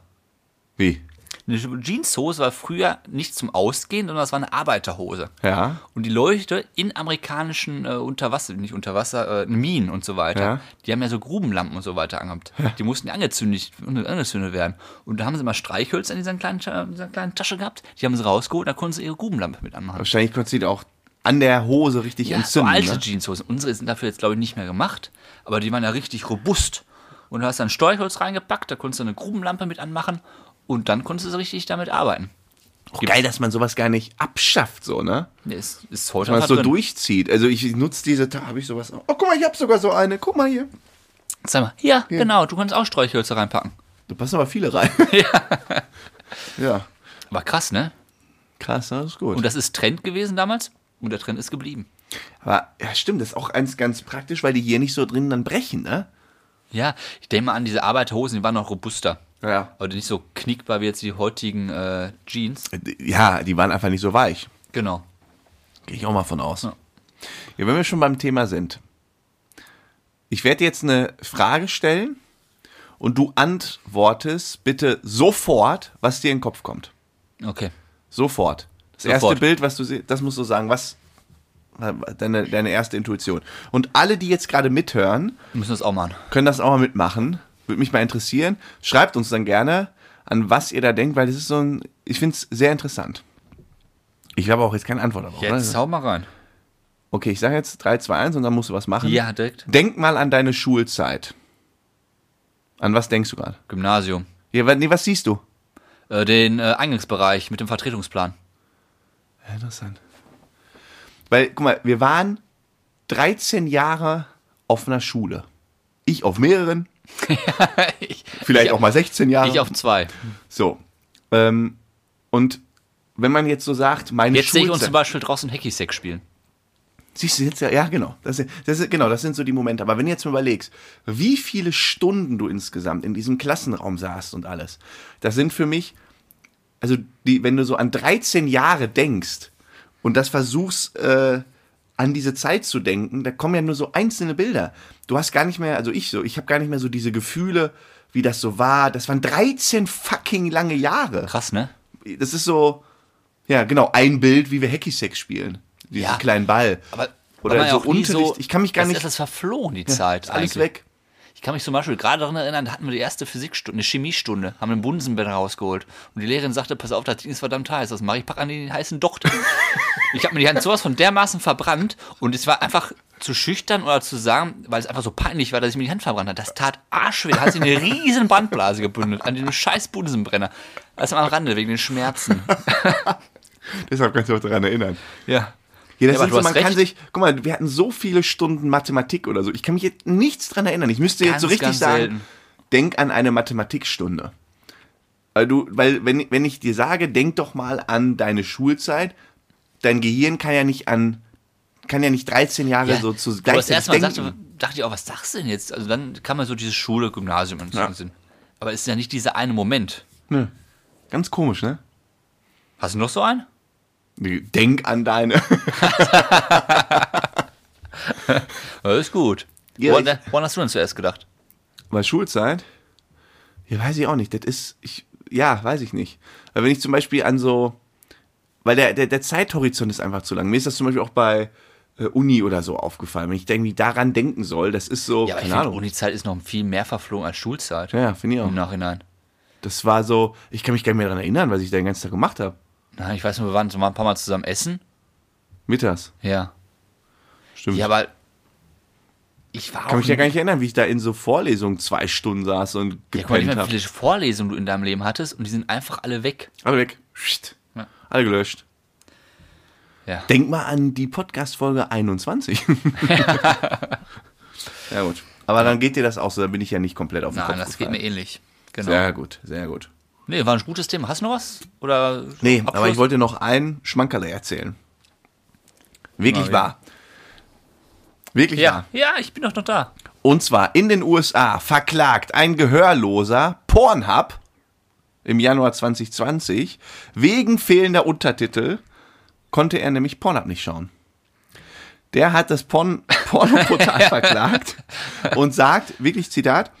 Speaker 1: Wie?
Speaker 2: Eine Jeanshose war früher nicht zum Ausgehen, sondern das war eine Arbeiterhose.
Speaker 1: Ja.
Speaker 2: Und die Leute in amerikanischen äh, Unterwasser, nicht Unterwasser, äh, Minen und so weiter,
Speaker 1: Ja.
Speaker 2: die haben ja so Grubenlampen und so weiter angehabt. Die mussten angezündet, angezündet werden. Und da haben sie mal Streichhölzer in dieser kleinen, Ta- in dieser kleinen Tasche gehabt, die haben sie rausgeholt, da konnten sie ihre Grubenlampe mit anmachen.
Speaker 1: Wahrscheinlich konnte sie auch an der Hose richtig
Speaker 2: Ja, so
Speaker 1: entzünden.
Speaker 2: alte
Speaker 1: ne?
Speaker 2: Jeanshosen. Unsere sind dafür jetzt, glaube ich, nicht mehr gemacht, aber die waren ja richtig robust. Und da hast dann Streichholz reingepackt, da konntest du eine Grubenlampe mit anmachen und dann konntest du so richtig damit arbeiten.
Speaker 1: Auch geil, dass man sowas gar nicht abschafft, so, ne?
Speaker 2: Ja, Ist, ist heute
Speaker 1: Dass man es
Speaker 2: einfach
Speaker 1: so
Speaker 2: drin.
Speaker 1: durchzieht. Also ich nutze diese, da habe ich sowas auch. Oh, guck mal, ich habe sogar so eine. Guck mal hier.
Speaker 2: Sag mal, ja, genau, du kannst auch Streichhölzer reinpacken.
Speaker 1: Da passen aber viele rein. Ja. ja.
Speaker 2: War krass, ne?
Speaker 1: Krass, ne? das ist gut.
Speaker 2: Und das ist Trend gewesen damals und der Trend ist geblieben.
Speaker 1: Aber ja, stimmt, das ist auch eins ganz praktisch, weil die hier nicht so drin dann brechen, ne?
Speaker 2: Ja, ich denke mal an diese Arbeiterhosen, die waren noch robuster.
Speaker 1: Ja.
Speaker 2: Oder nicht so knickbar wie jetzt die heutigen äh, Jeans.
Speaker 1: Ja, die waren einfach nicht so weich.
Speaker 2: Genau.
Speaker 1: Gehe ich auch mal von aus. Ja.
Speaker 2: Ja.
Speaker 1: wenn wir schon beim Thema sind. Ich werde jetzt eine Frage stellen und du antwortest bitte sofort, was dir in den Kopf kommt.
Speaker 2: Okay.
Speaker 1: Sofort. Das erste
Speaker 2: Sofort.
Speaker 1: Bild, was du siehst, das musst du sagen, was deine, deine erste Intuition. Und alle, die jetzt gerade mithören,
Speaker 2: Wir müssen das auch machen.
Speaker 1: können das auch mal mitmachen. Würde mich mal interessieren. Schreibt uns dann gerne, an was ihr da denkt, weil das ist so ein, ich finde es sehr interessant. Ich habe auch jetzt keine Antwort darauf. ne?
Speaker 2: Jetzt hau mal rein.
Speaker 1: Okay, ich sage jetzt 3, 2, 1 und dann musst du was machen.
Speaker 2: Ja, direkt.
Speaker 1: Denk mal an deine Schulzeit. An was denkst du gerade?
Speaker 2: Gymnasium.
Speaker 1: Ja, wa- nee, was siehst du?
Speaker 2: Äh, den äh, Eingangsbereich mit dem Vertretungsplan.
Speaker 1: Interessant. Weil, guck mal, wir waren 13 Jahre auf einer Schule. Ich auf mehreren,
Speaker 2: ich,
Speaker 1: vielleicht
Speaker 2: ich,
Speaker 1: auch mal 16 Jahre.
Speaker 2: Ich auf zwei.
Speaker 1: so. Ähm, und wenn man jetzt so sagt, meine
Speaker 2: Jetzt sehe ich uns zum
Speaker 1: Schulzeit.
Speaker 2: Beispiel draußen Hacky-Sack spielen.
Speaker 1: Siehst du jetzt ja, ja genau. Das, ist- das, ist- genau, das sind so die Momente. Aber wenn du jetzt mal überlegst, wie viele Stunden du insgesamt in diesem Klassenraum saßt und alles, das sind für mich, also die, wenn du so an 13 Jahre denkst und das versuchst, äh, an diese Zeit zu denken, da kommen ja nur so einzelne Bilder. Du hast gar nicht mehr, also ich so, ich habe gar nicht mehr so diese Gefühle, wie das so war. Das waren 13 fucking lange Jahre
Speaker 2: Krass, ne?
Speaker 1: das ist so, ja, genau, ein Bild, wie wir Hacky-Sack spielen. Diesen
Speaker 2: Ja.
Speaker 1: kleinen Ball.
Speaker 2: Aber
Speaker 1: Oder
Speaker 2: war man
Speaker 1: so
Speaker 2: auch nie
Speaker 1: Unterricht. ich kann mich gar
Speaker 2: das,
Speaker 1: nicht.
Speaker 2: Das ist verflogen, die Zeit
Speaker 1: ist alles
Speaker 2: eigentlich.
Speaker 1: weg.
Speaker 2: Ich kann mich zum Beispiel gerade daran erinnern, da hatten wir die erste Physikstunde, eine Chemiestunde, haben einen Bunsenbrenner rausgeholt. Und die Lehrerin sagte, pass auf, das Ding ist verdammt heiß, das mache ich, pack an den heißen Docht. ich habe mir die Hand sowas von dermaßen verbrannt und es war einfach zu schüchtern oder zu sagen, weil es einfach so peinlich war, dass ich mir die Hand verbrannt habe. Das tat arschweh, da hat sich eine riesen Bandblase gebündelt an dem scheiß Bunsenbrenner. Das war am Rande, wegen den Schmerzen.
Speaker 1: Deshalb kannst du auch daran erinnern.
Speaker 2: Ja.
Speaker 1: Ja, das
Speaker 2: aber
Speaker 1: sind
Speaker 2: du
Speaker 1: so,
Speaker 2: hast
Speaker 1: man kann sich,
Speaker 2: recht.
Speaker 1: guck mal, wir hatten so viele Stunden Mathematik oder so. Ich kann mich jetzt nichts dran erinnern. Ich müsste jetzt so
Speaker 2: Ganz,
Speaker 1: richtig
Speaker 2: ganz
Speaker 1: sagen,
Speaker 2: selten.
Speaker 1: denk an eine Mathematikstunde. Weil du, weil, wenn, wenn ich dir sage, denk doch mal an deine Schulzeit, dein Gehirn kann ja nicht an, kann ja nicht 13 Jahre so zu
Speaker 2: aber das erste Mal
Speaker 1: denken.
Speaker 2: sagte, dachte ich auch, was sagst du denn jetzt? Also dann kam ja so diese Schule, Gymnasium und so
Speaker 1: Ja.
Speaker 2: Sinn. Aber es ist ja nicht dieser eine Moment.
Speaker 1: Nö. Ganz komisch, ne?
Speaker 2: Hast du noch so einen?
Speaker 1: Denk an deine.
Speaker 2: Ja, ist gut.
Speaker 1: Ja,
Speaker 2: woran,
Speaker 1: ich-
Speaker 2: woran hast du denn zuerst gedacht?
Speaker 1: Weil Schulzeit? Ja, weiß ich auch nicht. Das ist, ich, ja, weiß ich nicht. Weil wenn ich zum Beispiel an so, weil der, der, der Zeithorizont ist einfach zu lang. Mir ist das zum Beispiel auch bei äh, Uni oder so aufgefallen. Wenn ich irgendwie daran denken soll, das ist so, Oh,
Speaker 2: Ja, aber ich
Speaker 1: keine
Speaker 2: finde,
Speaker 1: Ahnung.
Speaker 2: Unizeit ist noch viel mehr verflogen als Schulzeit.
Speaker 1: Ja, ja, finde ich auch.
Speaker 2: Im Nachhinein.
Speaker 1: Das war so, ich kann mich gar nicht mehr daran erinnern, was ich den ganzen Tag gemacht habe.
Speaker 2: Nein, ich weiß nur, wir waren so mal ein paar Mal zusammen essen.
Speaker 1: Mittags.
Speaker 2: Ja.
Speaker 1: Stimmt.
Speaker 2: Ja, aber ich war
Speaker 1: kann
Speaker 2: auch
Speaker 1: mich ja gar nicht erinnern, wie ich da in so Vorlesungen zwei Stunden saß und
Speaker 2: ja, guck mal,
Speaker 1: gepennt
Speaker 2: nicht mal, wie
Speaker 1: habe.
Speaker 2: viele Vorlesungen du in deinem Leben hattest und die sind einfach alle weg.
Speaker 1: Alle weg. Psst.
Speaker 2: Ja.
Speaker 1: Alle gelöscht.
Speaker 2: Ja.
Speaker 1: Denk mal an die Podcast-Folge 21. ja, gut. Aber dann geht dir das auch so, dann bin ich ja nicht komplett auf den Kopf
Speaker 2: Nein, das geht
Speaker 1: gefallen.
Speaker 2: mir ähnlich. Genau.
Speaker 1: Sehr gut, sehr gut.
Speaker 2: Nee, war ein gutes Thema. Hast du noch was? Oder
Speaker 1: Nee,
Speaker 2: Abschluss?
Speaker 1: aber ich wollte noch einen Schmankerle erzählen. Wirklich
Speaker 2: Na, ja.
Speaker 1: wahr. Wirklich wahr.
Speaker 2: Ja, ja, ich bin doch noch da.
Speaker 1: Und zwar in den USA verklagt ein Gehörloser Pornhub im Januar 2020 wegen fehlender Untertitel konnte er nämlich Pornhub nicht schauen. Der hat das Porn Pornoportal verklagt und sagt, wirklich Zitat,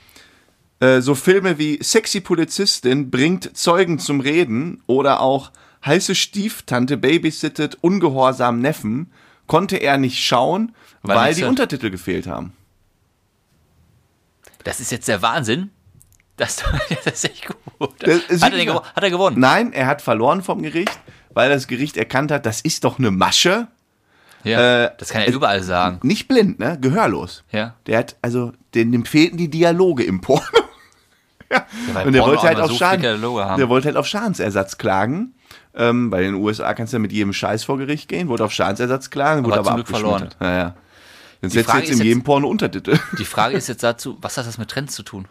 Speaker 1: äh, so Filme wie Sexy Polizistin bringt Zeugen zum Reden oder auch heiße Stieftante babysittet ungehorsam Neffen konnte er nicht schauen, weil,
Speaker 2: nichts
Speaker 1: die
Speaker 2: sind.
Speaker 1: Untertitel gefehlt haben.
Speaker 2: Das ist jetzt der Wahnsinn. Das, das ist echt gut.
Speaker 1: Das ist
Speaker 2: hat, er den
Speaker 1: wirklich-
Speaker 2: gewo- hat er gewonnen?
Speaker 1: Nein, er hat verloren vom Gericht, weil das Gericht erkannt hat, das ist doch eine Masche.
Speaker 2: Ja,
Speaker 1: Äh,
Speaker 2: das kann er überall sagen.
Speaker 1: Nicht blind, ne? Gehörlos.
Speaker 2: Ja.
Speaker 1: Der hat, also, dem, dem fehlten die Dialoge im Porno. ja.
Speaker 2: weil
Speaker 1: Und der
Speaker 2: Porno
Speaker 1: wollte halt
Speaker 2: auch
Speaker 1: auf
Speaker 2: so
Speaker 1: Schaden,
Speaker 2: viele Dialoge haben.
Speaker 1: der wollte halt auf Schadensersatz klagen. Ähm, weil in den USA kannst du ja mit jedem Scheiß vor Gericht gehen, wollte auf Schadensersatz klagen, wurde
Speaker 2: Aber
Speaker 1: aber
Speaker 2: zum Glück
Speaker 1: abgeschmettert. Ja, ja. Dann setzt
Speaker 2: Frage
Speaker 1: jetzt
Speaker 2: ist
Speaker 1: in
Speaker 2: jetzt-
Speaker 1: jedem Porno Untertitel.
Speaker 2: Die Frage ist jetzt dazu, was hat das mit Trends zu tun?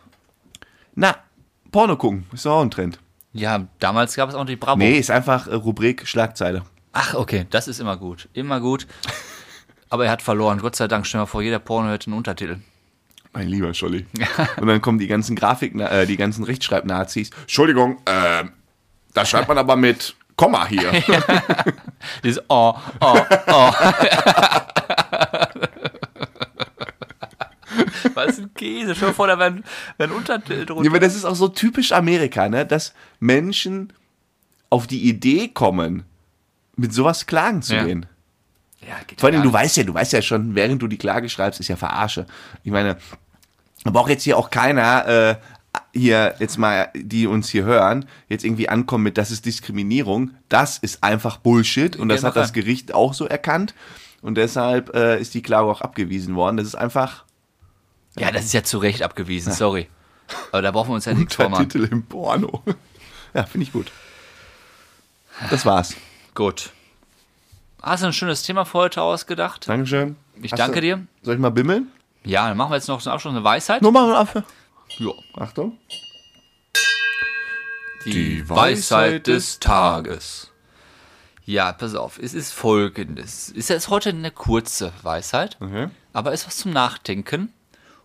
Speaker 1: Na, Porno gucken, ist doch auch ein Trend.
Speaker 2: Ja, damals gab es auch noch die Bravo.
Speaker 1: Nee, ist einfach äh, Rubrik Schlagzeile.
Speaker 2: Ach, okay, das ist immer gut. Immer gut. Aber er hat verloren. Gott sei Dank, stell dir mal vor, jeder Porno hätte einen Untertitel.
Speaker 1: Mein lieber Scholli. Und dann kommen die ganzen Grafiken, äh, die ganzen Rechtschreibnazis. Entschuldigung, äh, da schreibt man aber mit Komma hier.
Speaker 2: Dieses Oh, oh, oh. Was ein Käse. Schon vor, da wäre ein Untertitel
Speaker 1: Ja,
Speaker 2: drunter.
Speaker 1: aber das ist auch so typisch Amerika, ne? dass Menschen auf die Idee kommen, mit sowas klagen zu
Speaker 2: Ja.
Speaker 1: gehen.
Speaker 2: Ja, geht
Speaker 1: Vor allem,
Speaker 2: ja
Speaker 1: du
Speaker 2: gar
Speaker 1: weißt ja, du weißt ja schon, während du die Klage schreibst, ist ja Verarsche. Ich meine, da braucht jetzt hier auch keiner, äh, hier jetzt mal, die uns hier hören, jetzt irgendwie ankommen mit, das ist Diskriminierung. Das ist einfach Bullshit und das
Speaker 2: Genau.
Speaker 1: hat das Gericht auch so erkannt. Und deshalb äh, ist die Klage auch abgewiesen worden. Das ist einfach
Speaker 2: nicht. ja, das ist ja zu Recht abgewiesen, sorry. Aber da brauchen wir uns ja nichts vormachen.
Speaker 1: Titel im Porno. Ja, finde ich gut. Das war's.
Speaker 2: Gut. Hast du ein schönes Thema für heute ausgedacht?
Speaker 1: Dankeschön.
Speaker 2: Ich
Speaker 1: Hast
Speaker 2: danke
Speaker 1: du,
Speaker 2: dir.
Speaker 1: Soll ich mal bimmeln?
Speaker 2: Ja, dann machen wir jetzt noch so einen Abschluss eine Weisheit.
Speaker 1: Nur mal Affe.
Speaker 2: Ja.
Speaker 1: Achtung.
Speaker 2: Die Weisheit des Tages. Ja, pass auf, es ist folgendes. Es ist heute eine kurze Weisheit,
Speaker 1: Okay.
Speaker 2: aber es ist was zum Nachdenken.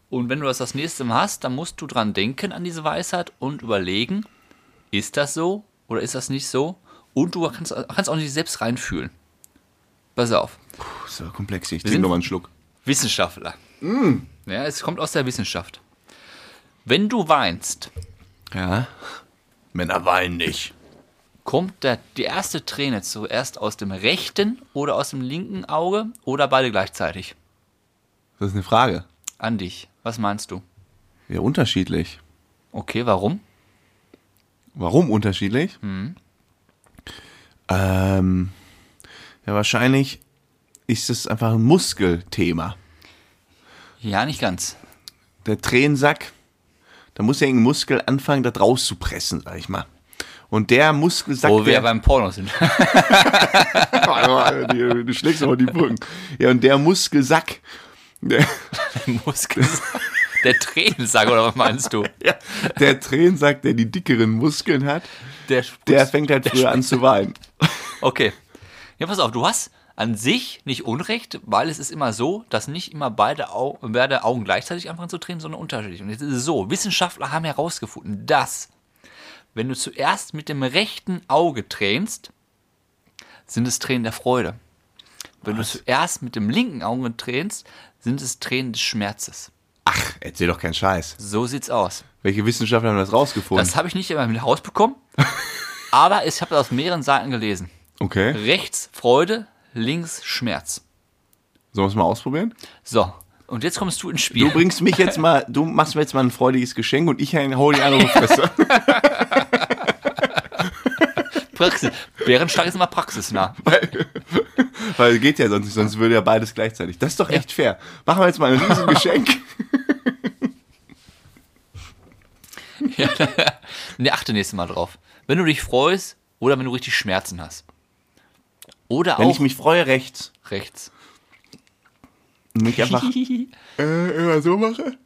Speaker 2: Und wenn du das das nächste Mal hast, dann musst du dran denken an diese Weisheit und überlegen, ist das so oder ist das nicht so? Und du kannst, kannst auch nicht selbst reinfühlen. Pass auf,
Speaker 1: Puh, ist aber komplex. Ich
Speaker 2: sind-
Speaker 1: trinke nochmal einen Schluck.
Speaker 2: Wissenschaftler. Ja, es kommt aus der Wissenschaft. Wenn du weinst,
Speaker 1: Ja. Männer weinen nicht.
Speaker 2: Kommt der, die erste Träne zuerst aus dem rechten oder aus dem linken Auge oder beide gleichzeitig?
Speaker 1: Das ist eine Frage.
Speaker 2: An dich. Was meinst du?
Speaker 1: Ja, unterschiedlich.
Speaker 2: Okay, warum?
Speaker 1: Warum unterschiedlich? Ähm, ja, wahrscheinlich ist es einfach ein Muskelthema.
Speaker 2: Ja, nicht ganz.
Speaker 1: der Tränensack, da muss ja irgendein Muskel anfangen, das rauszupressen, sag ich mal. Und der Muskelsack,
Speaker 2: Wo wir
Speaker 1: der,
Speaker 2: beim Porno sind.
Speaker 1: du, du schlägst aber die Brücken. Ja, und der Muskelsack, der,
Speaker 2: der Muskel. Der Tränensack, oder was meinst du?
Speaker 1: ja, der Tränensack, der die dickeren Muskeln hat,
Speaker 2: Der,
Speaker 1: der fängt halt früher an zu weinen.
Speaker 2: Okay. Ja, pass auf, du hast an sich nicht Unrecht, weil es ist immer so, dass nicht immer beide, Au beide Augen gleichzeitig anfangen zu tränen, sondern unterschiedlich. Und jetzt ist es so, Wissenschaftler haben herausgefunden, dass wenn du zuerst mit dem rechten Auge tränst, sind es Tränen der Freude. Wenn du zuerst mit dem linken Auge tränst, sind es Tränen des Schmerzes.
Speaker 1: Ach, erzähl doch keinen Scheiß.
Speaker 2: So sieht's aus.
Speaker 1: Welche Wissenschaftler haben das rausgefunden?
Speaker 2: Das habe ich nicht immer mit rausbekommen, aber ich habe das aus mehreren Seiten gelesen.
Speaker 1: okay,
Speaker 2: Rechts Freude, links Schmerz.
Speaker 1: sollen wir es mal ausprobieren?
Speaker 2: So, und jetzt kommst du ins Spiel.
Speaker 1: Du bringst mich jetzt mal, du machst mir jetzt mal ein freudiges Geschenk und ich hau die andere auf die Fresse.
Speaker 2: Praxis. Bärenstark ist immer praxisnah.
Speaker 1: Weil geht ja sonst nicht, sonst würde ja beides gleichzeitig. Das ist doch echt fair. Machen wir jetzt mal ein riesen Geschenk.
Speaker 2: Ne, achte nächstes Mal drauf. Wenn du dich freust oder wenn du richtig Schmerzen hast. Oder
Speaker 1: Wenn
Speaker 2: auch
Speaker 1: ich mich freue, rechts.
Speaker 2: rechts.
Speaker 1: Und mich einfach
Speaker 2: Und
Speaker 1: äh, immer so mache.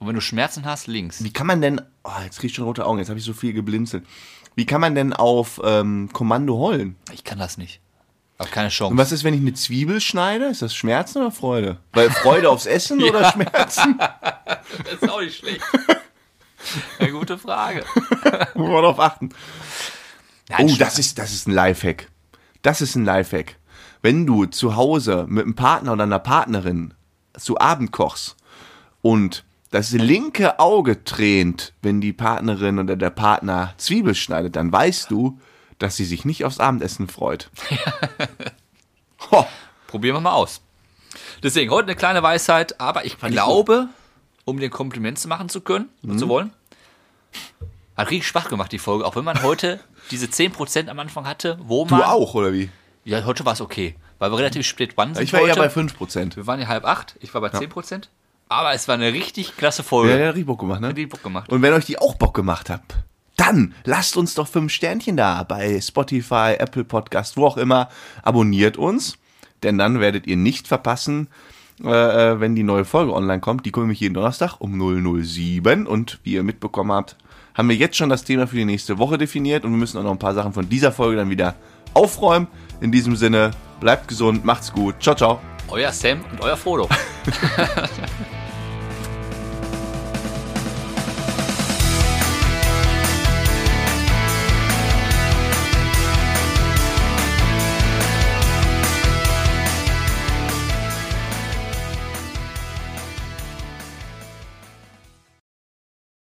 Speaker 2: wenn du Schmerzen hast, links.
Speaker 1: Wie kann man denn, oh, jetzt krieg ich schon rote Augen, jetzt habe ich so viel geblinzelt. Wie kann man denn auf ähm, Kommando heulen?
Speaker 2: Ich kann das nicht. Hab keine
Speaker 1: Und
Speaker 2: Chance.
Speaker 1: was ist, wenn ich eine Zwiebel schneide? Ist das Schmerzen oder Freude? Weil Freude aufs Essen oder Schmerzen?
Speaker 2: Das ist auch nicht schlecht. Eine gute Frage.
Speaker 1: Muss man drauf achten.
Speaker 2: Nein,
Speaker 1: oh, das ist, das ist ein Lifehack. Das ist ein Lifehack. Wenn du zu Hause mit einem Partner oder einer Partnerin zu Abend kochst und das linke Auge tränt, wenn die Partnerin oder der Partner Zwiebel schneidet, dann weißt du, dass sie sich nicht aufs Abendessen freut. Ho,
Speaker 2: Probieren wir mal aus. Deswegen, heute eine kleine Weisheit, aber ich glaube, um den Kompliment zu machen zu können
Speaker 1: Mhm.
Speaker 2: und zu wollen, hat richtig Spaß gemacht, die Folge. Auch wenn man heute diese 10% am Anfang hatte, wo
Speaker 1: du
Speaker 2: man.
Speaker 1: auch, oder wie?
Speaker 2: Ja, heute war es okay, weil wir relativ spät wann sind.
Speaker 1: Ich war
Speaker 2: heute.
Speaker 1: eher bei 5%.
Speaker 2: wir waren ja halb acht, ich war bei 10%. Aber es war eine richtig klasse Folge.
Speaker 1: Ja, der hat richtig Bock gemacht, ne?
Speaker 2: Hat die Bock gemacht.
Speaker 1: Und wenn euch die auch Bock gemacht hat, dann lasst uns doch fünf Sternchen da bei Spotify, Apple Podcast, wo auch immer. Abonniert uns, denn dann werdet ihr nicht verpassen, äh, äh, wenn die neue Folge online kommt. Die kommt nämlich jeden Donnerstag um 007. Und wie ihr mitbekommen habt, haben wir jetzt schon das Thema für die nächste Woche definiert und wir müssen auch noch ein paar Sachen von dieser Folge dann wieder aufräumen. In diesem Sinne, bleibt gesund, macht's gut. Ciao, ciao.
Speaker 2: Euer Sam und euer Frodo.